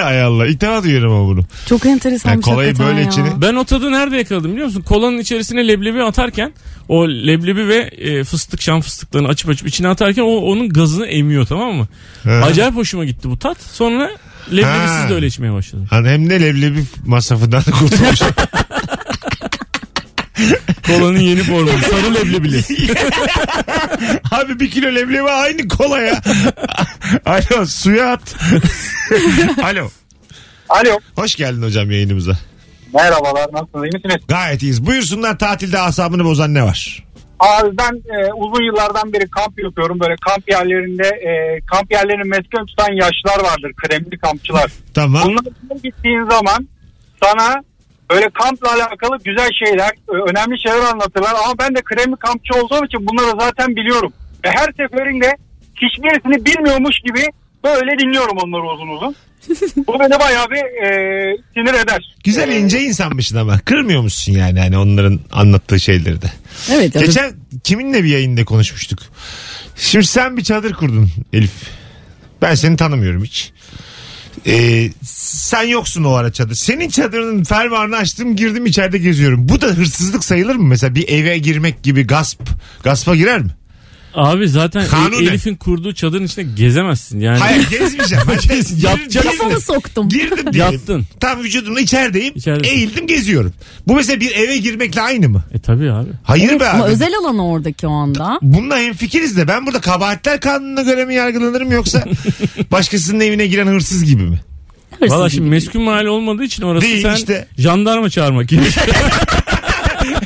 Speaker 2: Ay Allah. İlk defa duyuyorum ama bunu.
Speaker 3: Çok
Speaker 2: Yani
Speaker 3: enteresanmış
Speaker 2: kolayı
Speaker 3: hakikaten
Speaker 2: böyle
Speaker 3: ya.
Speaker 2: içini-
Speaker 4: Ben o tadı nerede yakaladım biliyor musun? Kolanın içerisine leblebi atarken o leblebi ve e, fıstık şam fıstıklarını açıp açıp içine atarken o onun gazını emiyor tamam mı?
Speaker 2: Ha.
Speaker 4: Acayip hoşuma gitti bu tat. Sonra
Speaker 2: Ha.
Speaker 4: leblebisiz de öyle içmeye başladım.
Speaker 2: Hani hem de leblebi masrafından kurtulmuş.
Speaker 4: Kolanın yeni formu sarı leblebili.
Speaker 2: Abi bir kilo leblebi aynı kola ya. Alo suya at. Alo.
Speaker 7: Alo.
Speaker 2: Hoş geldin hocam yayınımıza.
Speaker 7: Merhabalar nasılsınız iyi misiniz?
Speaker 2: Gayet iyiyiz. Buyursunlar tatilde asabını bozan ne var?
Speaker 7: Abi ben e, uzun yıllardan beri kamp yapıyorum. Böyle kamp yerlerinde e, kamp yerlerinin mesken tutan yaşlar vardır. Kremli kampçılar.
Speaker 2: Tamam.
Speaker 7: Bunların gittiğin zaman sana böyle kampla alakalı güzel şeyler, ö- önemli şeyler anlatırlar. Ama ben de kremli kampçı olduğum için bunları zaten biliyorum. Ve her seferinde hiçbirisini bilmiyormuş gibi böyle dinliyorum onları uzun uzun. Bu beni bayağı bir e, sinir eder.
Speaker 2: Güzel ince insanmışsın ama. Kırmıyor musun yani hani onların anlattığı şeyleri de.
Speaker 3: Evet. ya da-
Speaker 2: Geçen kiminle bir yayında konuşmuştuk. Şimdi sen bir çadır kurdun Elif. Ben seni tanımıyorum hiç. Ee, sen yoksun o ara çadır. Senin çadırının fermuarını açtım girdim içeride geziyorum. Bu da hırsızlık sayılır mı? Mesela bir eve girmek gibi gasp. Gaspa girer mi?
Speaker 4: Abi zaten e,
Speaker 2: Kanun ne?
Speaker 4: Elif'in kurduğu çadırın içine gezemezsin yani.
Speaker 2: Hayır gezmeyeceğim. Ben gir-
Speaker 4: Yapacaksın.
Speaker 2: girdim.
Speaker 3: Kafamı soktum.
Speaker 2: Girdim diyelim.
Speaker 4: Yattın.
Speaker 2: Tam vücudumla içerideyim.
Speaker 4: İçeridesin.
Speaker 2: Eğildim geziyorum. Bu mesela bir eve girmekle aynı mı?
Speaker 4: E tabi abi.
Speaker 2: Hayır
Speaker 3: Evet,
Speaker 2: be abi.
Speaker 3: ama özel alan oradaki o anda.
Speaker 2: Bununla hemfikiriz de ben burada kabahatler kanununa göre mi yargılanırım yoksa başkasının evine giren hırsız gibi mi?
Speaker 3: Hırsız
Speaker 4: Valla şimdi
Speaker 3: gibi.
Speaker 4: meskun mahalle olmadığı için orası
Speaker 2: Değil
Speaker 4: sen
Speaker 2: işte.
Speaker 4: jandarma çağırmak gerekiyor.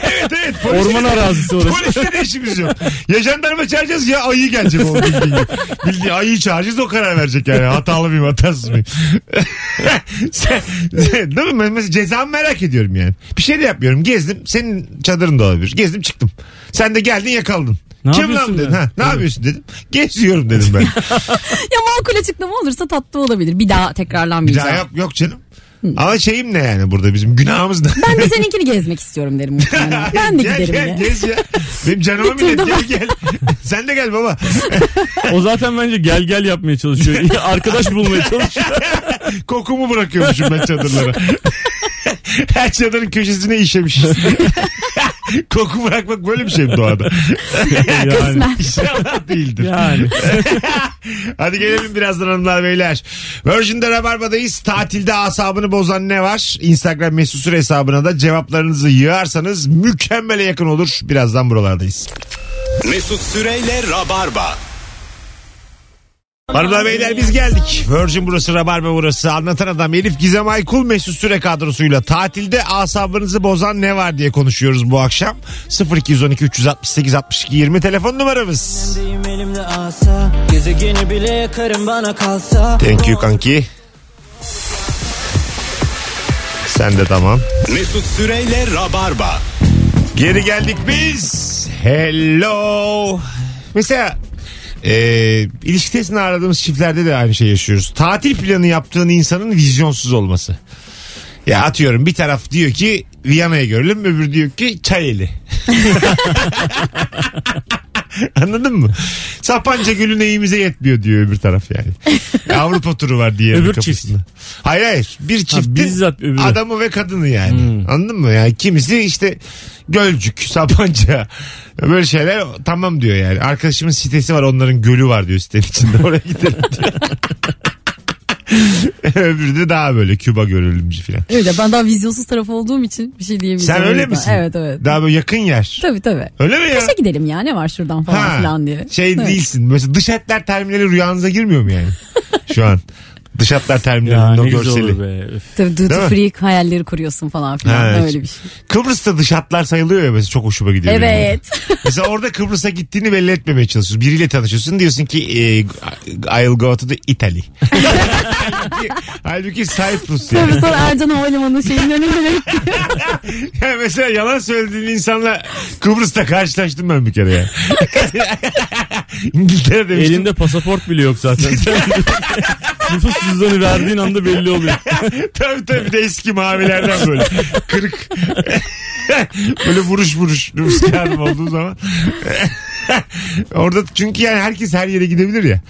Speaker 2: Evet evet. Polis,
Speaker 4: Orman arazisi orası.
Speaker 2: Polisle de işimiz yok. Ya jandarma çağıracağız ya ayı gelecek o bildiğin gibi. Bildiğin ayıyı çağıracağız o karar verecek yani. Hatalı mıyım hatasız mıyım? Sen- sen- değil mi? Ben mesela cezamı merak ediyorum yani. Bir şey de yapmıyorum. Gezdim. Senin çadırın da olabilir. Gezdim çıktım. Sen de geldin yakaldın.
Speaker 4: Ne
Speaker 2: Kim
Speaker 4: yapıyorsun
Speaker 2: lan dedin?
Speaker 4: ya?
Speaker 2: Ha, ne yapıyorsun dedim. Geziyorum dedim ben.
Speaker 3: Ya makul açıklama olursa tatlı olabilir. Bir daha
Speaker 2: Bir
Speaker 3: tekrarlanmayacak.
Speaker 2: daha yok, yok canım. Ama şeyim ne yani burada bizim günahımız ne?
Speaker 3: Ben de seninkini gezmek istiyorum derim muhtemelen. Ben de
Speaker 2: gel,
Speaker 3: giderim
Speaker 2: gel,
Speaker 3: ya.
Speaker 2: gez ya. Benim canıma
Speaker 3: Bir tur
Speaker 2: millet gel
Speaker 3: daha.
Speaker 2: gel. Sen de gel baba.
Speaker 4: O zaten bence gel gel yapmaya çalışıyor. Arkadaş bulmaya çalışıyor.
Speaker 2: Kokumu bırakıyormuşum ben çadırlara. Her çadırın köşesine işemiş. Koku bırakmak böyle bir şey mi doğada?
Speaker 4: Yani.
Speaker 3: Kısmen.
Speaker 2: İnşallah değildir.
Speaker 4: yani.
Speaker 2: Hadi gelelim birazdan hanımlar beyler. Virgin'de Rabarba'dayız. Tatilde asabını bozan ne var? Instagram mesut süre hesabına da cevaplarınızı yığarsanız mükemmele yakın olur. Birazdan buralardayız.
Speaker 1: Mesut Süreyle Rabarba.
Speaker 2: Hanımlar beyler biz geldik. Virgin burası Rabarba burası. Anlatan adam Elif Gizem Aykul Mesut Süre kadrosuyla tatilde asabınızı bozan ne var diye konuşuyoruz bu akşam. 0212 368 62 20 telefon numaramız.
Speaker 8: Elim elimde asa Gezegeni bile yakarım bana kalsa
Speaker 2: Thank you kanki. Sen de tamam.
Speaker 1: Mesut Süreyle Rabarba.
Speaker 2: Geri geldik biz. Hello. Mesela e, ilişkisini aradığımız çiftlerde de aynı şey yaşıyoruz. Tatil planı yaptığın insanın vizyonsuz olması. Ya atıyorum bir taraf diyor ki Viyana'ya görelim öbür diyor ki Çayeli. Anladın mı? Sapanca Gölü neyimize yetmiyor diyor öbür taraf yani. Avrupa turu var diye
Speaker 4: Öbür çift.
Speaker 2: Hayır hayır. Bir çiftin
Speaker 4: bizzat öbürü.
Speaker 2: adamı ve kadını yani.
Speaker 4: Hmm.
Speaker 2: Anladın mı? Yani kimisi işte Gölcük, Sapanca böyle şeyler tamam diyor yani. Arkadaşımın sitesi var onların gölü var diyor sitenin içinde. Oraya gidelim diyor. Öbürü de daha böyle Küba görülümcü falan.
Speaker 3: Öyle ben daha vizyonsuz taraf olduğum için bir şey diyemeyeceğim.
Speaker 2: Sen öyle
Speaker 3: Evet,
Speaker 2: misin?
Speaker 3: Evet evet.
Speaker 2: Daha böyle yakın yer.
Speaker 3: Tabii tabii.
Speaker 2: Öyle mi ya?
Speaker 3: Kaşa gidelim ya ne var şuradan falan
Speaker 2: Ha,
Speaker 3: filan diye.
Speaker 2: Şey
Speaker 3: Evet.
Speaker 2: değilsin. Mesela dış hatlar terminali rüyanıza girmiyor mu yani? Şu an. Dış hatlar
Speaker 4: Ya
Speaker 2: terminalinin
Speaker 4: ne
Speaker 2: o
Speaker 4: güzel
Speaker 2: görseli.
Speaker 4: olur be. Öf.
Speaker 3: Tabii duty
Speaker 2: Değil mi?
Speaker 3: free hayalleri kuruyorsun falan filan.
Speaker 2: Ha,
Speaker 3: Öyle bir şey.
Speaker 2: Kıbrıs'ta dış hatlar sayılıyor ya mesela çok hoşuma gidiyor. benim.
Speaker 3: Evet.
Speaker 2: Mesela orada Kıbrıs'a gittiğini belli etmemeye çalışıyorsun. Biriyle tanışıyorsun diyorsun ki e, I'll go to the Italy. halbuki, halbuki Cyprus yani.
Speaker 3: Tabii sonra Ercan Havalimanı şeyin önünde
Speaker 2: Yani mesela yalan söylediğin insanla Kıbrıs'ta karşılaştım ben bir kere yani. İngiltere demiştim.
Speaker 4: Elinde pasaport bile yok zaten. Nüfus cüzdanı verdiğin anda belli oluyor.
Speaker 2: tabii tabii bir de eski mavilerden böyle. Kırık. böyle vuruş vuruş nüfus kağıdım olduğu zaman. Orada çünkü yani herkes her yere gidebilir ya.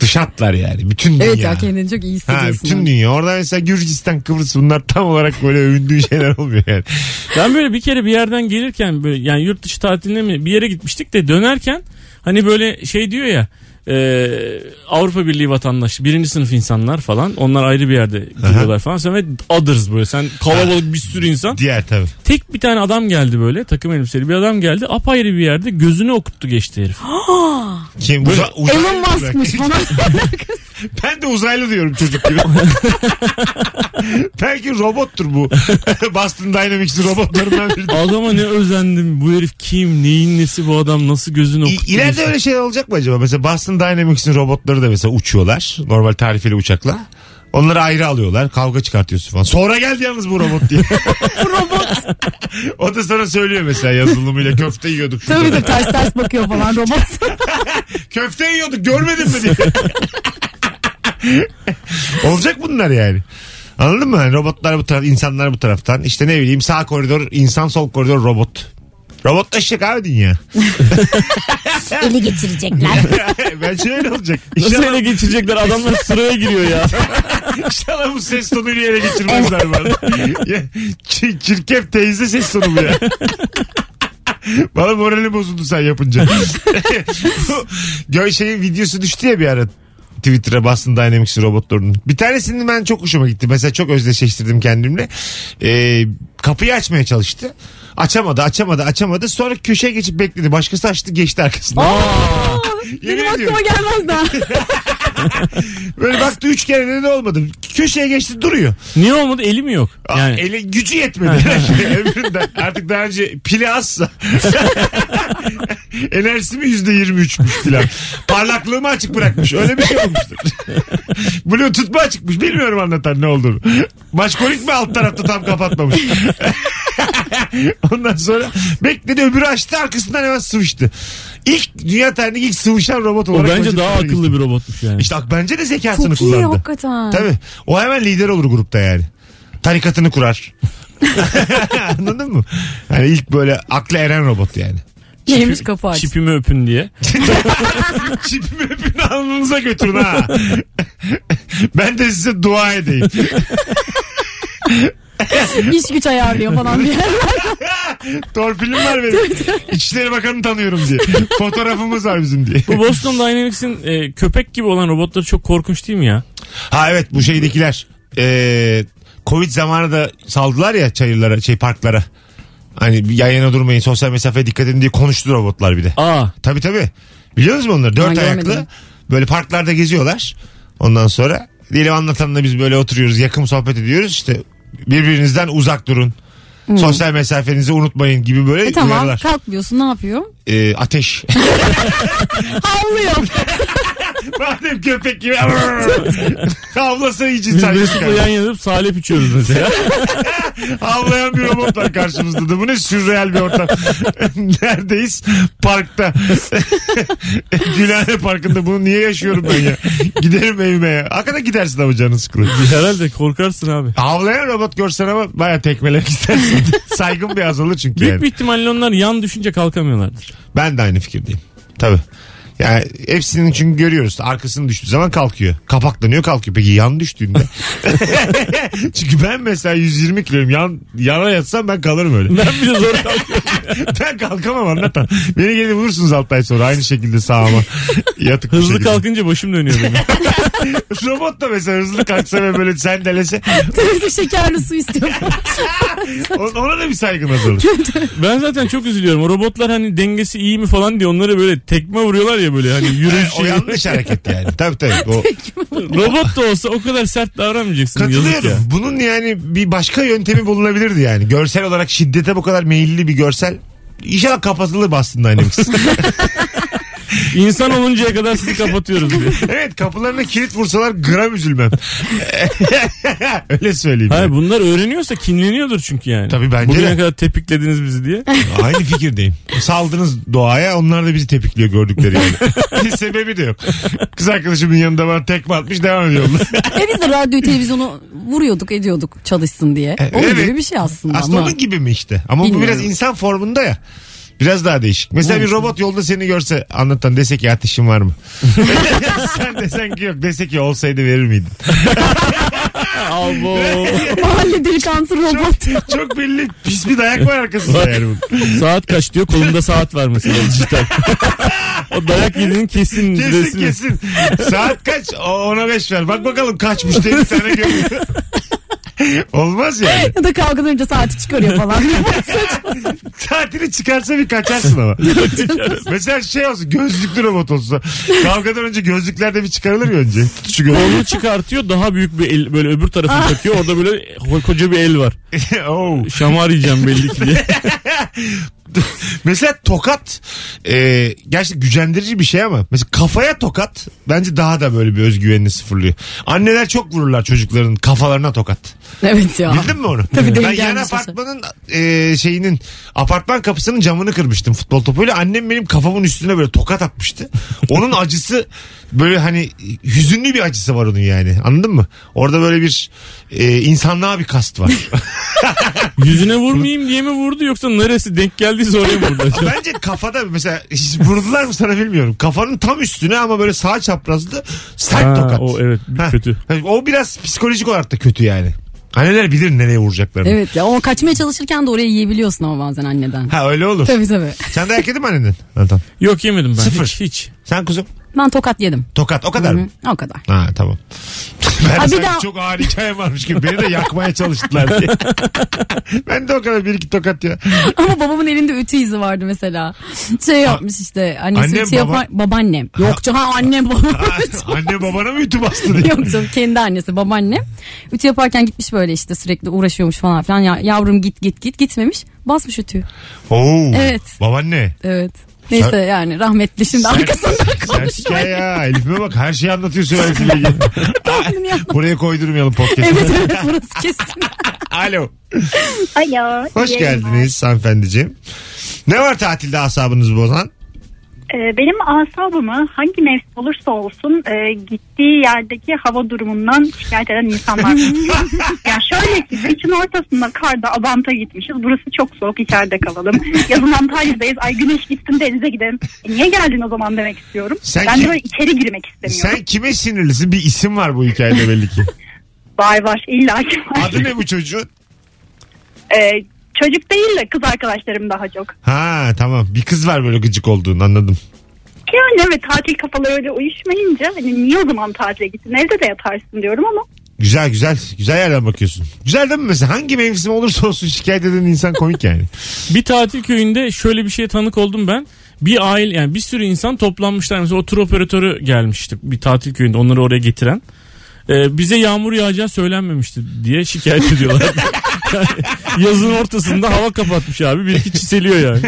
Speaker 2: Dış hatlar yani. Bütün dünya.
Speaker 3: Evet ya kendini çok iyi
Speaker 2: Ha,
Speaker 3: hissediyorsun.
Speaker 2: bütün dünya. Orada mesela Gürcistan, Kıbrıs bunlar tam olarak böyle övündüğü şeyler olmuyor yani.
Speaker 4: Ben böyle bir kere bir yerden gelirken böyle yani yurt dışı tatiline mi bir yere gitmiştik de dönerken hani böyle şey diyor ya e, Avrupa Birliği vatandaşı birinci sınıf insanlar falan onlar ayrı bir yerde gidiyorlar falan sonra others böyle sen kalabalık bir sürü insan
Speaker 2: Diğer tabii.
Speaker 4: tek bir tane adam geldi böyle takım elbiseli bir adam geldi apayrı bir yerde gözünü okuttu geçti herif.
Speaker 2: Kim? Uza, uzaylı
Speaker 3: Elon Musk'mış
Speaker 2: olarak.
Speaker 3: bana.
Speaker 2: ben de uzaylı diyorum çocuk gibi. Belki robottur bu. Boston Dynamics'in robotlarından biri.
Speaker 4: Adama ne özendim bu herif kim neyin nesi bu adam nasıl gözünü okuttu.
Speaker 2: İ- İleride
Speaker 4: geçti?
Speaker 2: öyle şey olacak mı acaba? Mesela Boston Dynamics'in robotları da mesela uçuyorlar. Normal tarifeli uçakla. Onları ayrı alıyorlar. Kavga çıkartıyorsun falan. Sonra geldi yalnız bu robot diye.
Speaker 3: Robot.
Speaker 2: o da sana söylüyor mesela yazılımıyla köfte yiyorduk. şurada.
Speaker 3: Tabii tabii ters ters bakıyor falan robot.
Speaker 2: Köfte yiyorduk görmedin mi diye. Olacak bunlar yani. Anladın mı? Yani robotlar bu taraf, insanlar bu taraftan. İşte ne bileyim sağ koridor, insan sol koridor robot. Robotlaşacak abi dünya.
Speaker 3: Eli geçirecekler.
Speaker 2: Bence şey öyle olacak.
Speaker 4: Nasıl
Speaker 2: İnşallah,
Speaker 4: ele geçirecekler adamlar sıraya giriyor ya.
Speaker 2: inşallah bu ses tonuyla ele geçirmezler bu arada. Ya, çi- Çirkef teyze ses tonu bu ya. Bana moralim bozuldu sen yapınca. Bu Gö şeyin videosu düştü ya bir ara Twitter'a Boston Dynamics robotlarının. Bir tanesini ben çok hoşuma gitti. Mesela çok özdeşleştirdim kendimle. Ee, kapıyı açmaya çalıştı. Açamadı, açamadı, açamadı. Sonra köşeye geçip bekledi. Başkası açtı, geçti arkasından.
Speaker 3: Benim
Speaker 2: Yemin ediyorum.
Speaker 3: aklıma gelmez daha.
Speaker 2: Böyle baktı üç kere dedi olmadı. Köşeye geçti duruyor.
Speaker 4: Niye olmadı eli mi yok?
Speaker 2: Aa, Eli Ah, gücü yetmedi. Öbüründen. Artık daha önce pili azsa. Enerjisi mi yüzde yirmi üçmüş filan. Parlaklığımı açık bırakmış. Öyle bir şey olmuştur. Bluetooth mu açıkmış bilmiyorum anlatan ne olduğunu. Maçkolik mi alt tarafta tam kapatmamış. Ondan sonra bekledi öbürü açtı arkasından hemen sıvıştı. İlk dünya tarihindeki ilk sıvışan robot
Speaker 4: O
Speaker 2: olarak.
Speaker 4: bence
Speaker 2: Koca
Speaker 4: daha
Speaker 2: Tanrı'ya
Speaker 4: akıllı
Speaker 2: gitti.
Speaker 4: bir robotmuş yani.
Speaker 2: İşte bak bence de zekasını
Speaker 3: Çok iyi
Speaker 2: kullandı.
Speaker 3: hakikaten.
Speaker 2: Tabii. O hemen lider olur grupta yani. Tarikatını kurar. Anladın mı? Yani ilk böyle akla eren robot yani.
Speaker 3: Neymiş kapı aç.
Speaker 4: Çipimi öpün diye.
Speaker 2: Çipimi öpün alnınıza götürün ha. ben de size dua edeyim.
Speaker 3: İş güç ayarlıyor falan bir yer.
Speaker 2: Torpilim var benim. İçişleri Bakanı'nı tanıyorum diye. Fotoğrafımız var bizim diye.
Speaker 4: Bu Boston Dynamics'in e, köpek gibi olan robotları çok korkunç değil mi ya?
Speaker 2: Ha evet bu şeydekiler. Ee, Covid zamanı da saldılar ya çayırlara, şey parklara. Hani bir yan yana durmayın, sosyal mesafeye dikkat edin diye konuştu robotlar bir de.
Speaker 4: Aa
Speaker 2: Tabii tabii. Biliyor musunuz onları? Dört
Speaker 3: Ben
Speaker 2: ayaklı.
Speaker 3: görmedim.
Speaker 2: Böyle parklarda geziyorlar. Ondan sonra diyelim anlatanla biz böyle oturuyoruz. Yakın sohbet ediyoruz. İşte birbirinizden uzak durun. Sosyal mesafenizi unutmayın gibi böyle
Speaker 3: Hmm. E tamam
Speaker 2: uyarılar.
Speaker 3: kalkmıyorsun ne yapıyor?
Speaker 2: Ee, ateş.
Speaker 3: Havlıyor.
Speaker 2: Madem köpek gibi. Havlasa iyi
Speaker 4: biz
Speaker 2: cinsel.
Speaker 4: Mesut'la yan yana durup salep içiyoruz mesela.
Speaker 2: Havlayan bir robot var karşımızda da. Bu ne sürreel bir ortam. Neredeyiz? Parkta. Gülhane Parkı'nda bunu niye yaşıyorum ben ya? Giderim evime ya. Hakikaten gidersin ama canın sıkılır.
Speaker 4: Herhalde korkarsın abi.
Speaker 2: Havlayan robot görsen ama baya tekmelemek istersin. Saygın biraz olur çünkü
Speaker 4: Büyük
Speaker 2: yani.
Speaker 4: bir ihtimalle onlar yan düşünce kalkamıyorlardır.
Speaker 2: Ben de aynı fikirdeyim. Tabii. Yani hepsinin çünkü görüyoruz. Arkasını düştüğü zaman kalkıyor. Kapaklanıyor kalkıyor. Peki yan düştüğünde? çünkü ben mesela 120 kiloyum. Yan, yana yatsam ben kalırım öyle.
Speaker 4: Ben bile zor kalkıyorum.
Speaker 2: ben kalkamam anlatan. Beni gelip vurursunuz 6 ay sonra aynı şekilde sağıma. Yatık bir
Speaker 4: Hızlı
Speaker 2: şekilde.
Speaker 4: kalkınca başım dönüyor benim.
Speaker 2: Robot da mesela hızlı kalksa ve böyle sendelese
Speaker 3: Şekerli su istiyor.
Speaker 2: on- ona da bir saygın azalır.
Speaker 4: Ben zaten çok üzülüyorum. O robotlar hani dengesi iyi mi falan diye onları böyle tekme vuruyorlar ya böyle hani yürüyüş.
Speaker 2: o yanlış hareket yani. Tabii tabii. O,
Speaker 4: Robot da olsa o kadar sert davranmayacaksın. Yazık ya.
Speaker 2: Katılıyorum. Bunun yani bir başka yöntemi bulunabilirdi yani. Görsel olarak şiddete bu kadar meyilli bir görsel. İnşallah kapatılır Boston Dynamics.
Speaker 4: İnsan oluncaya kadar sizi kapatıyoruz diye.
Speaker 2: evet kapılarına kilit vursalar gram üzülmem. Öyle söyleyeyim.
Speaker 4: Hayır
Speaker 2: yani.
Speaker 4: bunlar öğreniyorsa kinleniyordur çünkü yani.
Speaker 2: Tabii bence
Speaker 4: Bugüne
Speaker 2: de.
Speaker 4: kadar tepiklediniz bizi diye.
Speaker 2: Aynı fikirdeyim. Saldınız doğaya onlar da bizi tepikliyor gördükleri yani. Bir sebebi de yok. Kız arkadaşımın yanında bana tekme atmış devam ediyor.
Speaker 3: e biz de radyo televizyonu vuruyorduk ediyorduk çalışsın diye.
Speaker 2: E,
Speaker 3: Onun
Speaker 2: evet.
Speaker 3: gibi bir şey aslında.
Speaker 2: Aslında
Speaker 3: ama.
Speaker 2: onun gibi mi işte? Ama bu
Speaker 3: Bilmiyorum.
Speaker 2: biraz insan formunda ya. Biraz daha değişik. Mesela bir robot yolda seni görse anlatan dese ki ateşin var mı? Sen desen ki yok. Dese ki olsaydı verir miydin?
Speaker 4: Abo.
Speaker 3: Mahalle delikanlısı robot.
Speaker 2: Çok, çok belli pis bir dayak var arkasında yani bunun.
Speaker 4: saat kaç diyor kolunda saat var mesela dijital. o dayak yediğinin kesin.
Speaker 2: Kesin
Speaker 4: resmi.
Speaker 2: kesin. Saat kaç? O, ona beş ver. Bak bakalım kaçmış diye bir tane görüyor. Olmaz yani.
Speaker 3: ya da kavgadan önce saati çıkarıyor falan.
Speaker 2: Tatili çıkarsa bir kaçarsın ama. Mesela şey olsun gözlüklü robot olsa. Kavgadan önce gözlükler de bir çıkarılır ya önce. Şu gözlük.
Speaker 4: Kolunu çıkartıyor daha büyük bir el böyle öbür tarafını takıyor. Orada böyle koca bir el var.
Speaker 2: Oo.
Speaker 4: Şamar yiyeceğim belli ki diye.
Speaker 2: Mesela tokat e, gerçi gücendirici bir şey ama mesela kafaya tokat bence daha da böyle bir özgüvenini sıfırlıyor. Anneler çok vururlar çocukların kafalarına tokat.
Speaker 3: evet ya.
Speaker 2: Bildin mi onu?
Speaker 3: Tabii
Speaker 2: ben
Speaker 3: demin
Speaker 2: yan
Speaker 3: gelmiş mesela.
Speaker 2: apartmanın e, şeyinin apartman kapısının camını kırmıştım futbol topuyla. Annem benim kafamın üstüne böyle tokat atmıştı. Onun acısı böyle hani hüzünlü bir acısı var onun yani. Anladın mı? Orada böyle bir e, insanlığa bir kast var.
Speaker 4: Yüzüne vurmayayım diye mi vurdu yoksa neresi denk geldiyse oraya mı vurdu? acaba?
Speaker 2: Bence kafada mesela hiç vurdular mı sana bilmiyorum. Kafanın tam üstüne ama böyle sağ çaprazlı sert
Speaker 4: Ha,
Speaker 2: tokat.
Speaker 4: O evet
Speaker 2: Heh.
Speaker 4: kötü.
Speaker 2: O biraz psikolojik olarak da kötü yani. Anneler bilir nereye vuracaklarını.
Speaker 3: Evet ya o kaçmaya çalışırken de oraya yiyebiliyorsun ama bazen anneden.
Speaker 2: Ha öyle olur.
Speaker 3: Tabii tabii.
Speaker 2: Sen dayak yedin mi annenden? Anlatan.
Speaker 4: Yok yemedim ben.
Speaker 2: Sıfır.
Speaker 4: Hiç, hiç.
Speaker 2: Sen kuzum?
Speaker 3: Ben tokat yedim.
Speaker 2: Tokat o kadar mı?
Speaker 3: Hı, O kadar.
Speaker 2: Ha tamam. Ben
Speaker 3: Ha, bir
Speaker 2: sanki
Speaker 3: daha-
Speaker 2: çok ağır hikayem varmış gibi beni de yakmaya çalıştılar diye. ben de o kadar bir iki tokat ya.
Speaker 3: Ama babamın elinde ütü izi vardı mesela. Şey yapmış işte. Annesi
Speaker 2: Annem,
Speaker 3: ütü yapar. Babaannem. Yok canım ha annem babam.
Speaker 2: Anne babana mı ütü bastı diye.
Speaker 3: Yok canım kendi annesi babaannem. Ütü yaparken gitmiş böyle işte sürekli uğraşıyormuş falan filan. Ya, yavrum git git git gitmemiş. Basmış ütüyü.
Speaker 2: Oo.
Speaker 3: Evet.
Speaker 2: Babaanne.
Speaker 3: Evet. Neyse yani rahmetli şimdi arkasından
Speaker 2: Ters
Speaker 3: konuşmayın.
Speaker 2: ya. Elif'e bak her şeyi anlatıyorsun. Elif'le ilgili.
Speaker 3: Tatlım ya.
Speaker 2: Buraya koydurmayalım podcast'ı.
Speaker 3: evet evet burası kesin.
Speaker 2: Alo.
Speaker 9: Alo.
Speaker 2: Hoş
Speaker 9: iyi yayınlar.
Speaker 2: geldiniz hanımefendiciğim. Ne var tatilde asabınızı bozan?
Speaker 9: Ee, benim asabımı hangi mevsim olursa olsun e, gittiği yerdeki hava durumundan şikayet eden insanlar. var. yani şöyle ki kışın ortasında karda Abant'a gitmişiz. Burası çok soğuk içeride kalalım. Yazın Antalya'dayız. Ay güneş gitsin denize gidelim. E, niye geldin o zaman demek istiyorum.
Speaker 2: Sen
Speaker 9: ben
Speaker 2: kim-
Speaker 9: de böyle içeri girmek istemiyorum.
Speaker 2: Sen kime sinirlisin? Bir isim var bu hikayede belli ki.
Speaker 9: Var var illa ki var.
Speaker 2: Adı ne bu çocuğun?
Speaker 9: Ee, çocuk değil de kız arkadaşlarım daha çok.
Speaker 2: Ha tamam. Bir kız var böyle gıcık olduğun anladım.
Speaker 9: Yani evet tatil kafaları öyle uyuşmayınca hani niye o zaman tatile gittin evde de yatarsın diyorum ama
Speaker 2: Güzel güzel. Güzel yerden bakıyorsun. Güzel değil mi mesela? Hangi mevsim olursa olsun şikayet eden insan komik yani.
Speaker 4: Bir tatil köyünde şöyle bir şeye tanık oldum ben. Bir aile yani bir sürü insan toplanmışlar. Mesela o tur operatörü gelmişti bir tatil köyünde onları oraya getiren. Ee, bize yağmur yağacağı söylenmemişti diye şikayet ediyorlar. Yani yazın ortasında hava kapatmış abi. Bir iki çiseliyor yani.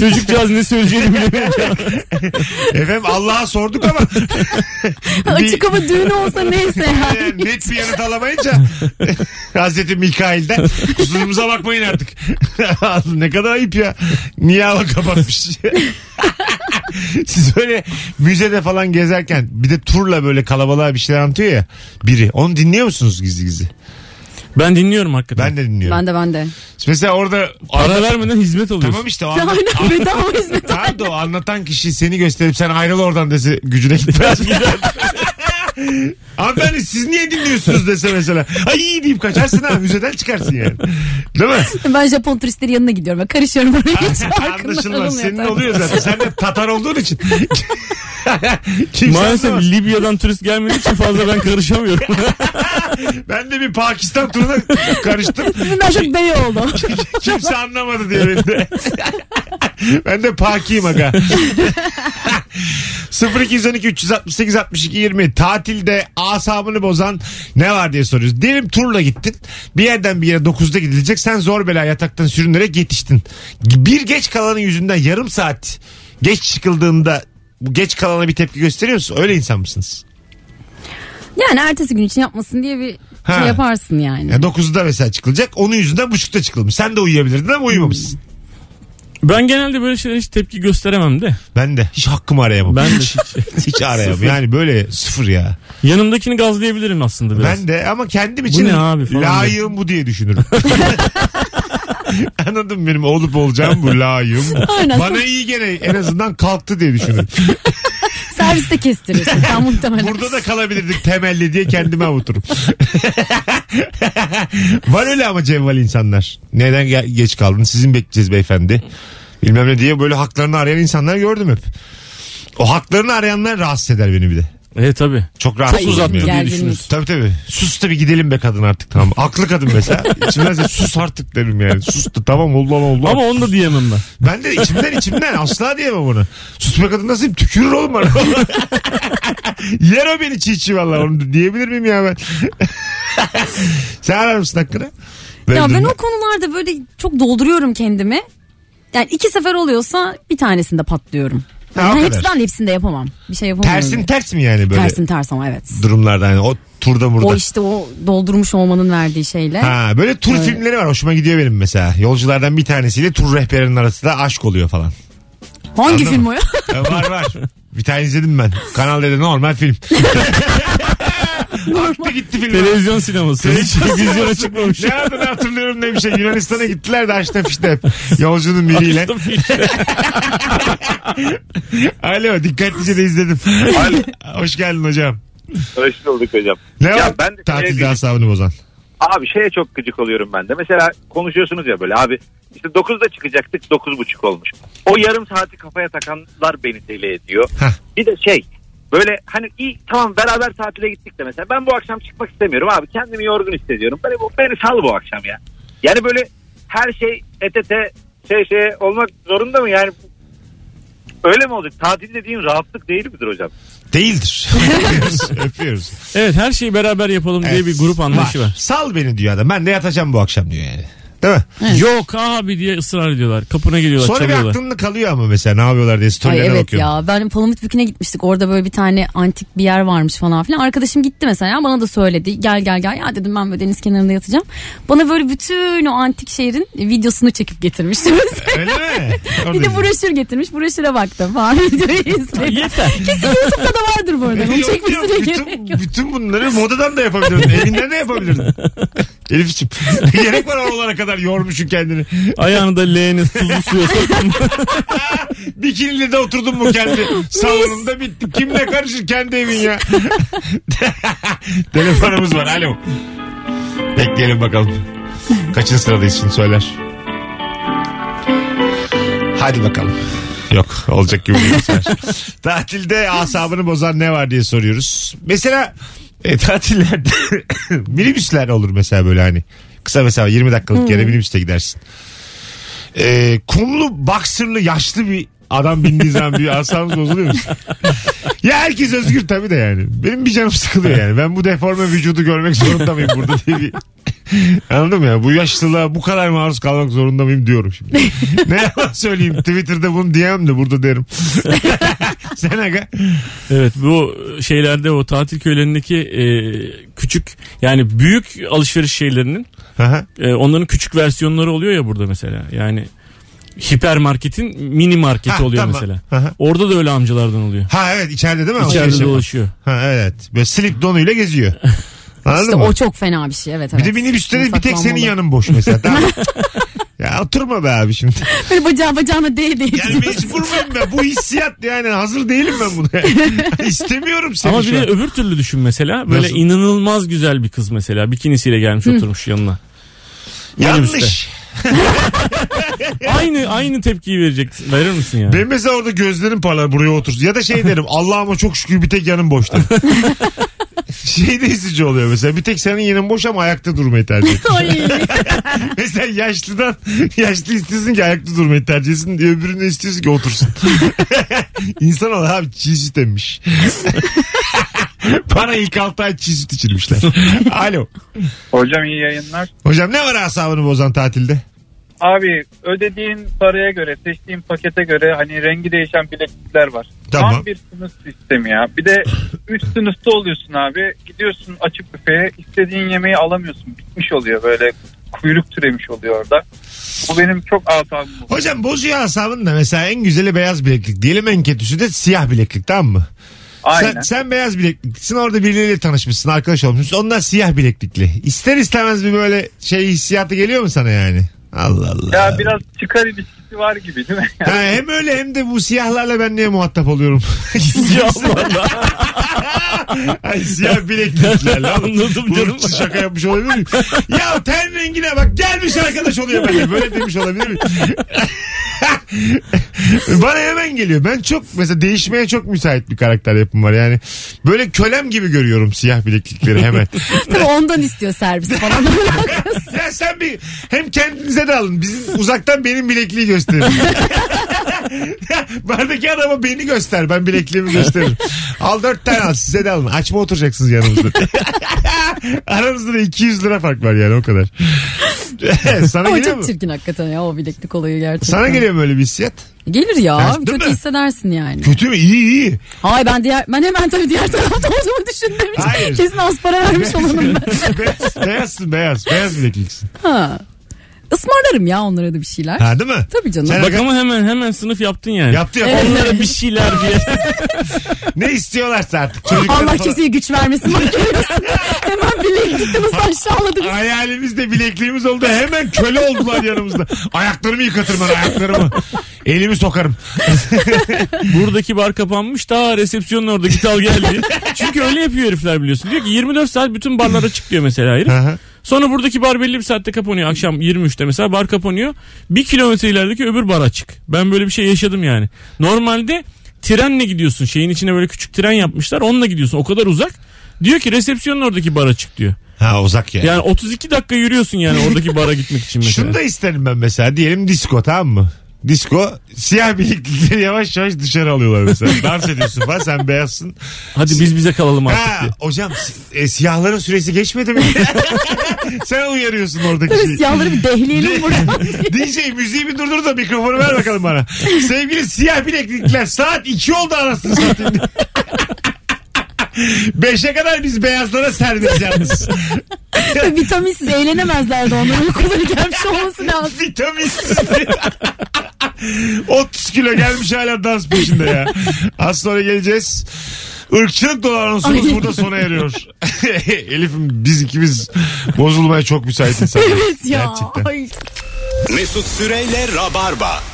Speaker 4: Çocukcağız ne söyleyeceğini bilemiyor.
Speaker 2: Efendim Allah'a sorduk ama
Speaker 3: Açık hava düğünü olsa neyse yani.
Speaker 2: yani Ee, net bir yanıt alamayınca Hazreti Mikail'den kusurumuza bakmayın artık. ne kadar ayıp ya. Niye hava kapatmış? Siz böyle müzede falan gezerken bir de turla böyle kalabalığa bir şeyler anlatıyor ya biri. Onu dinliyor musunuz gizli gizli?
Speaker 4: Ben dinliyorum hakikaten.
Speaker 2: Ben de dinliyorum.
Speaker 3: Ben de ben de.
Speaker 2: Mesela orada
Speaker 4: Ara vermeden hizmet alıyorsun.
Speaker 2: tamam işte o anlat-
Speaker 3: Aynen bedava hizmet.
Speaker 2: Tamam da o anlatan kişi seni gösterip sen ayrıl oradan dese gücüne gitmez. Hanımefendi siz niye dinliyorsunuz dese mesela. Ay iyi deyip kaçarsın ha müzeden çıkarsın yani. Değil mi?
Speaker 3: Ben Japon turistleri yanına gidiyorum. Ben karışıyorum oraya. Hiç farkında
Speaker 2: Anlaşılmaz.
Speaker 3: olmuyor
Speaker 2: Senin
Speaker 3: tabii.
Speaker 2: oluyor zaten. Sen de Tatar olduğun için. Kimse
Speaker 4: Maalesef
Speaker 2: anlamaz.
Speaker 4: Libya'dan turist gelmediği için fazla ben karışamıyorum.
Speaker 2: Ben de bir Pakistan turuna karıştım.
Speaker 3: Sizin daha çok bey oldu.
Speaker 2: Kimse anlamadı diye beni de. ben de pakiyim aga. 0212 368 62 20 tatilde asabını bozan ne var diye soruyoruz. Diyelim turla gittin. Bir yerden bir yere 9'da gidilecek. Sen zor bela yataktan sürünerek yetiştin. Bir geç kalanın yüzünden yarım saat geç çıkıldığında bu geç kalana bir tepki gösteriyor musun? Öyle insan mısınız?
Speaker 3: Yani ertesi gün için yapmasın diye bir
Speaker 2: Ha.
Speaker 3: şey yaparsın yani.
Speaker 2: Ya 9'da mesela çıkılacak. Onun yüzünden buçukta çıkılmış. Sen de uyuyabilirdin ama uyumamışsın.
Speaker 4: ben genelde böyle şeylere hiç tepki gösteremem de.
Speaker 2: Ben de. Hiç hakkımı arayamam.
Speaker 4: Ben de hiç.
Speaker 2: Hiç arayamam. yani böyle sıfır ya.
Speaker 4: Yanımdakini gazlayabilirim aslında biraz.
Speaker 2: Ben de ama kendim için
Speaker 4: ne abi falan
Speaker 2: layığım bu diye düşünürüm. Anladın mı benim olup olacağım bu layığım. bu.
Speaker 3: Aynen.
Speaker 2: Bana iyi gene en azından kalktı diye düşünürüm.
Speaker 3: Serviste kestirirsin sen muhtemelen.
Speaker 2: Burada da kalabilirdik temelli diye kendime avuturum. Var öyle ama cevval insanlar. Neden ge- geç kaldın sizin bekleyeceğiz beyefendi. Bilmem ne diye böyle haklarını arayan insanlar gördüm hep. O haklarını arayanlar rahatsız eder beni bir de.
Speaker 4: E tabi.
Speaker 2: Çok rahatsız
Speaker 4: uzattı
Speaker 2: olmuyor.
Speaker 4: diye
Speaker 3: Gerginlik.
Speaker 4: düşünürsün.
Speaker 2: Tabii tabii. Sus da bir gidelim be kadın artık tamam. Aklı kadın mesela. İçimden de sus artık derim yani. Sus da tamam oldu lan oldu. lan.
Speaker 4: Ama onu da diyemem ben.
Speaker 2: Ben de içimden içimden asla diyemem bunu. Sus be kadın nasıl tükürür oğlum bana. Yer o beni çiğ çiğ valla onu diyebilir miyim ya ben. Sen arar mısın hakkını?
Speaker 3: Ya ben
Speaker 2: Verdim.
Speaker 3: o konularda böyle çok dolduruyorum kendimi. Yani iki sefer oluyorsa bir tanesinde patlıyorum.
Speaker 2: Ha, o
Speaker 3: Yani
Speaker 2: kadar.
Speaker 3: hepsinden de hepsini de yapamam. Bir şey yapamam.
Speaker 2: Tersin ters mi yani böyle
Speaker 3: Tersin ters ama evet.
Speaker 2: durumlarda yani o turda murda.
Speaker 3: O işte o doldurmuş olmanın verdiği şeyle.
Speaker 2: Ha, böyle tur filmleri var hoşuma gidiyor benim mesela. Yolculardan bir tanesiyle tur rehberinin arasında aşk oluyor falan.
Speaker 3: Hangi
Speaker 2: Anladın
Speaker 3: film
Speaker 2: mı?
Speaker 3: o ya?
Speaker 2: E, var var. Bir tane izledim ben. Kanal dedi normal film. Aktı gitti film.
Speaker 4: Televizyon sineması. Hiç televizyona çıkmamış.
Speaker 2: Ne adını hatırlıyorum ne bir şey. Yunanistan'a gittiler de açta fişte hep. Yolcunun biriyle.
Speaker 4: şey
Speaker 2: Alo dikkatlice de izledim. Alo. Hoş geldin hocam.
Speaker 6: Hoş bulduk hocam.
Speaker 2: Ne
Speaker 6: Ya
Speaker 2: var
Speaker 6: ben de-
Speaker 2: tatilde asabını bozan?
Speaker 6: Abi şeye çok gıcık oluyorum ben de. Mesela konuşuyorsunuz ya böyle abi işte 9'da çıkacaktık 9.30 olmuş. O yarım saati kafaya takanlar beni deli ediyor.
Speaker 2: Heh.
Speaker 6: Bir de şey böyle hani iyi tamam beraber tatile gittik de mesela ben bu akşam çıkmak istemiyorum abi kendimi yorgun hissediyorum. Beni, beni sal bu akşam ya. Yani böyle her şey etete şey şey olmak zorunda mı yani? Öyle mi olacak? Tatil dediğin rahatlık değil midir hocam?
Speaker 2: Değildir. Öpüyoruz. öpüyoruz.
Speaker 4: Evet her şeyi beraber yapalım diye
Speaker 2: Evet.
Speaker 4: bir grup anlayışı var.
Speaker 2: Sal beni diyor adam. Ben de yatacağım bu akşam diyor yani. Değil mi?
Speaker 4: Yok abi diye ısrar ediyorlar. Kapına geliyorlar
Speaker 2: Sonra bir
Speaker 4: çalıyorlar.
Speaker 2: aklında kalıyor ama mesela ne yapıyorlar diye
Speaker 3: Ay
Speaker 2: storylerine
Speaker 3: evet
Speaker 2: bakıyorum.
Speaker 3: ya ben Palamut Bükü'ne gitmiştik orada böyle bir tane antik bir yer varmış falan filan. Arkadaşım gitti mesela bana da söyledi gel gel gel ya dedim ben böyle deniz kenarında yatacağım. Bana böyle bütün o antik şehrin videosunu çekip getirmişti mesela.
Speaker 2: Öyle mi?
Speaker 3: Bir de
Speaker 2: Orada-
Speaker 3: broşür getirmiş. Broşüre baktım falan. Videoyu izledim.
Speaker 4: Yeter.
Speaker 3: Kesin YouTube'da da vardır bu arada. Onu
Speaker 2: Yok ya,
Speaker 3: çekmesine gerek yok.
Speaker 2: bütün, bütün bunları modadan da yapabilirdin. Evinden de yapabilirdin. Elif'ciğim. Gerek var oralara kadar yormuşsun kendini.
Speaker 4: Ayağını da leğeniz tuzlu suya soktun.
Speaker 2: Bikinili de oturdun mu kendi salonunda bitti. Kimle karışır kendi evin ya. Telefonumuz var. Alo. Bekleyelim bakalım. Kaçıncı sıradayız şimdi söyler. Hadi bakalım. Yok olacak gibi değil bu sefer. Tatilde asabını bozan ne var diye soruyoruz. Mesela e, tatillerde minibüsler olur mesela böyle hani. Kısa mesela 20 dakikalık yere minibüste gidersin. E, kumlu baksırlı yaşlı bir adam bindiği zaman bir asabımız bozuluyor musun? ya herkes özgür tabii de yani. Benim bir canım sıkılıyor yani. Ben bu deforme vücudu görmek zorunda mıyım burada diye bir... Anladın mı ya? Bu yaşlılığa bu kadar maruz kalmak zorunda mıyım diyorum şimdi. ne yalan söyleyeyim. Twitter'da bunu diyemem de burada derim. Sen aga.
Speaker 4: Evet bu şeylerde o tatil köylerindeki e, küçük yani büyük alışveriş şeylerinin
Speaker 2: Aha.
Speaker 4: e, onların küçük versiyonları oluyor ya burada mesela. Yani hipermarketin mini marketi
Speaker 2: Ha,
Speaker 4: oluyor
Speaker 2: tamam.
Speaker 4: mesela.
Speaker 2: Aha.
Speaker 4: Orada da öyle amcalardan oluyor.
Speaker 2: Ha evet içeride değil mi?
Speaker 4: İçeride
Speaker 2: Alışveriş yapan.
Speaker 4: dolaşıyor.
Speaker 2: Ha evet. Böyle slip donuyla geziyor. Anladın
Speaker 3: İşte
Speaker 2: mı?
Speaker 3: o çok fena bir şey evet.
Speaker 2: Bir de
Speaker 3: evet.
Speaker 2: minibüste de bir tek senin
Speaker 3: Saklanmalı.
Speaker 2: yanın boş mesela. Tamam. mı? ya oturma be abi şimdi.
Speaker 3: Böyle bacağı bacağına değ değ
Speaker 2: Yani mecbur muyum ben? Bu hissiyat yani hazır değilim ben buna. İstemiyorum seni
Speaker 4: Ama
Speaker 2: şu
Speaker 4: bir de
Speaker 2: an.
Speaker 4: öbür türlü düşün mesela. Böyle
Speaker 2: Nasıl?
Speaker 4: inanılmaz güzel bir kız mesela. Bikinisiyle gelmiş oturmuş yanına.
Speaker 2: Yanlış.
Speaker 4: minibüste. Aynı aynı tepkiyi verecek. Verir misin yani?
Speaker 2: Ben mesela orada gözlerim parlar buraya otursun. Ya da şey derim Allah'ıma çok şükür bir tek yanım boş derim. şey de hissedici oluyor mesela. Bir tek senin yanın boş ama ayakta durmayı tercih ediyorsun.
Speaker 3: Ay.
Speaker 2: Mesela yaşlıdan yaşlı istiyorsun ki ayakta durmayı tercih etsin diye öbürünü istiyorsun ki otursun. İnsan ol abi çiğ süt emmiş. Bana ilk altı ay çiğ süt içirmişler. Alo.
Speaker 7: Hocam iyi yayınlar.
Speaker 2: Hocam ne var asabını bozan tatilde?
Speaker 7: Abi ödediğin paraya göre seçtiğin pakete göre hani rengi değişen bileklikler var.
Speaker 2: Tamam.
Speaker 7: Tam bir sınıf sistemi ya. Bir de üst sınıfta oluyorsun abi. Gidiyorsun açık büfeye istediğin yemeği alamıyorsun. Bitmiş oluyor böyle kuyruk türemiş oluyor orada. Bu benim çok asabım. bozuyor.
Speaker 2: Hocam bozuyor asabını da mesela en güzeli beyaz bileklik. Diyelim en kötüsü de siyah bileklik tamam mı?
Speaker 7: Aynen.
Speaker 2: Sen, sen beyaz bilekliksin orada birileriyle tanışmışsın arkadaş olmuşsun. Onlar siyah bileklikli. İster istemez bir böyle şey hissiyatı geliyor mu sana yani? Allah Allah.
Speaker 7: Ya biraz çıkar ilişkisi var gibi değil mi?
Speaker 2: Ha, hem öyle hem de bu siyahlarla ben niye muhatap oluyorum?
Speaker 4: Ya Allah.
Speaker 2: Ay, siyah bilekliklerle.
Speaker 4: Anladım
Speaker 2: Bu
Speaker 4: canım.
Speaker 2: şaka yapmış olabilir miyim? ya ten rengine bak gelmiş arkadaş oluyor bende. Böyle demiş olabilir miyim? Bana hemen geliyor. Ben çok mesela değişmeye çok müsait bir karakter yapım var. Yani böyle kölem gibi görüyorum siyah bileklikleri hemen.
Speaker 3: Tabii ondan istiyor servis falan.
Speaker 2: Ya sen bir hem kendinize de alın. Bizim uzaktan benim bilekliği gösterin. Ya Bardaki adama beni göster. Ben bilekliğimi gösteririm. Al dört tane al size de alın. Açma oturacaksınız yanımızda. Aranızda da 200 lira fark var yani o kadar. Sana
Speaker 3: Ama
Speaker 2: geliyor mu?
Speaker 3: çok çirkin hakikaten ya o bileklik olayı gerçekten.
Speaker 2: Sana geliyor mu öyle bir hissiyat?
Speaker 3: Gelir ya.
Speaker 2: Ha, değil
Speaker 3: kötü
Speaker 2: mi?
Speaker 3: hissedersin yani.
Speaker 2: Kötü mü? İyi iyi.
Speaker 3: Hayır ben diğer ben hemen tabii diğer tarafta olduğumu düşündüğüm için
Speaker 2: Hayır.
Speaker 3: kesin az para vermiş olanım ben.
Speaker 2: beyaz, beyazsın beyaz. Beyaz bilekliksin.
Speaker 3: Ha. Ismarlarım ya onlara da bir şeyler.
Speaker 2: Ha değil mi?
Speaker 3: Tabii canım.
Speaker 2: Sen-
Speaker 4: Bak ama hemen hemen sınıf yaptın yani.
Speaker 2: Yaptı yaptı.
Speaker 4: Onlara bir şeyler diye.
Speaker 2: Ne istiyorlarsa artık. Çocuklar
Speaker 3: Allah
Speaker 2: falan-
Speaker 3: kimseye güç vermesin. Bak görüyorsun. hemen bileklikte nasıl aşağıladı bizi.
Speaker 2: Hayalimiz de bilekliğimiz oldu. Hemen köle oldular yanımızda. Ayaklarımı yıkatırım ben ayaklarımı. Elimi sokarım.
Speaker 4: Buradaki bar kapanmış daha resepsiyonun oradaki al geldi. Çünkü öyle yapıyor herifler biliyorsun. Diyor ki 24 saat bütün barlar açık diyor mesela herif.
Speaker 2: Aha.
Speaker 4: Sonra buradaki bar belli bir saatte kapanıyor. Akşam 23'te mesela bar kapanıyor. Bir kilometre ilerideki öbür bar açık. Ben böyle bir şey yaşadım yani. Normalde trenle gidiyorsun. Şeyin içine böyle küçük tren yapmışlar. Onunla gidiyorsun. O kadar uzak. Diyor ki resepsiyonun oradaki bar açık diyor.
Speaker 2: Ha uzak ya.
Speaker 4: Yani 32 dakika yürüyorsun yani oradaki bara gitmek için mesela.
Speaker 2: Şunu da isterim ben mesela. Diyelim disko tamam mı? Disko siyah bileklikleri yavaş yavaş dışarı alıyorlar mesela. Dans ediyorsun falan sen beyazsın.
Speaker 4: Hadi biz bize kalalım artık
Speaker 2: Ha,
Speaker 4: diye.
Speaker 2: hocam si- e, siyahların süresi geçmedi mi? sen uyarıyorsun oradaki
Speaker 3: Tabii
Speaker 2: şeyi.
Speaker 3: siyahları bir dehleyelim buradan.
Speaker 2: DJ müziği bir durdur da mikrofonu ver bakalım bana. Sevgili siyah bileklikler saat 2 oldu anasını satayım. 5'e kadar biz beyazlara serbest yalnız.
Speaker 3: Vitaminsiz eğlenemezlerdi onların uykuları gelmiş olması lazım.
Speaker 2: Vitaminsiz. 30 kilo gelmiş hala dans peşinde ya. Az sonra geleceğiz. Irkçılık dolanonsumuz
Speaker 3: Ay.
Speaker 2: burada sona eriyor. Elif'im biz ikimiz bozulmaya çok müsait insanlarız.
Speaker 3: Evet ya.
Speaker 2: Gerçekten.
Speaker 3: Ay.
Speaker 1: Mesut Süreyle Rabarba.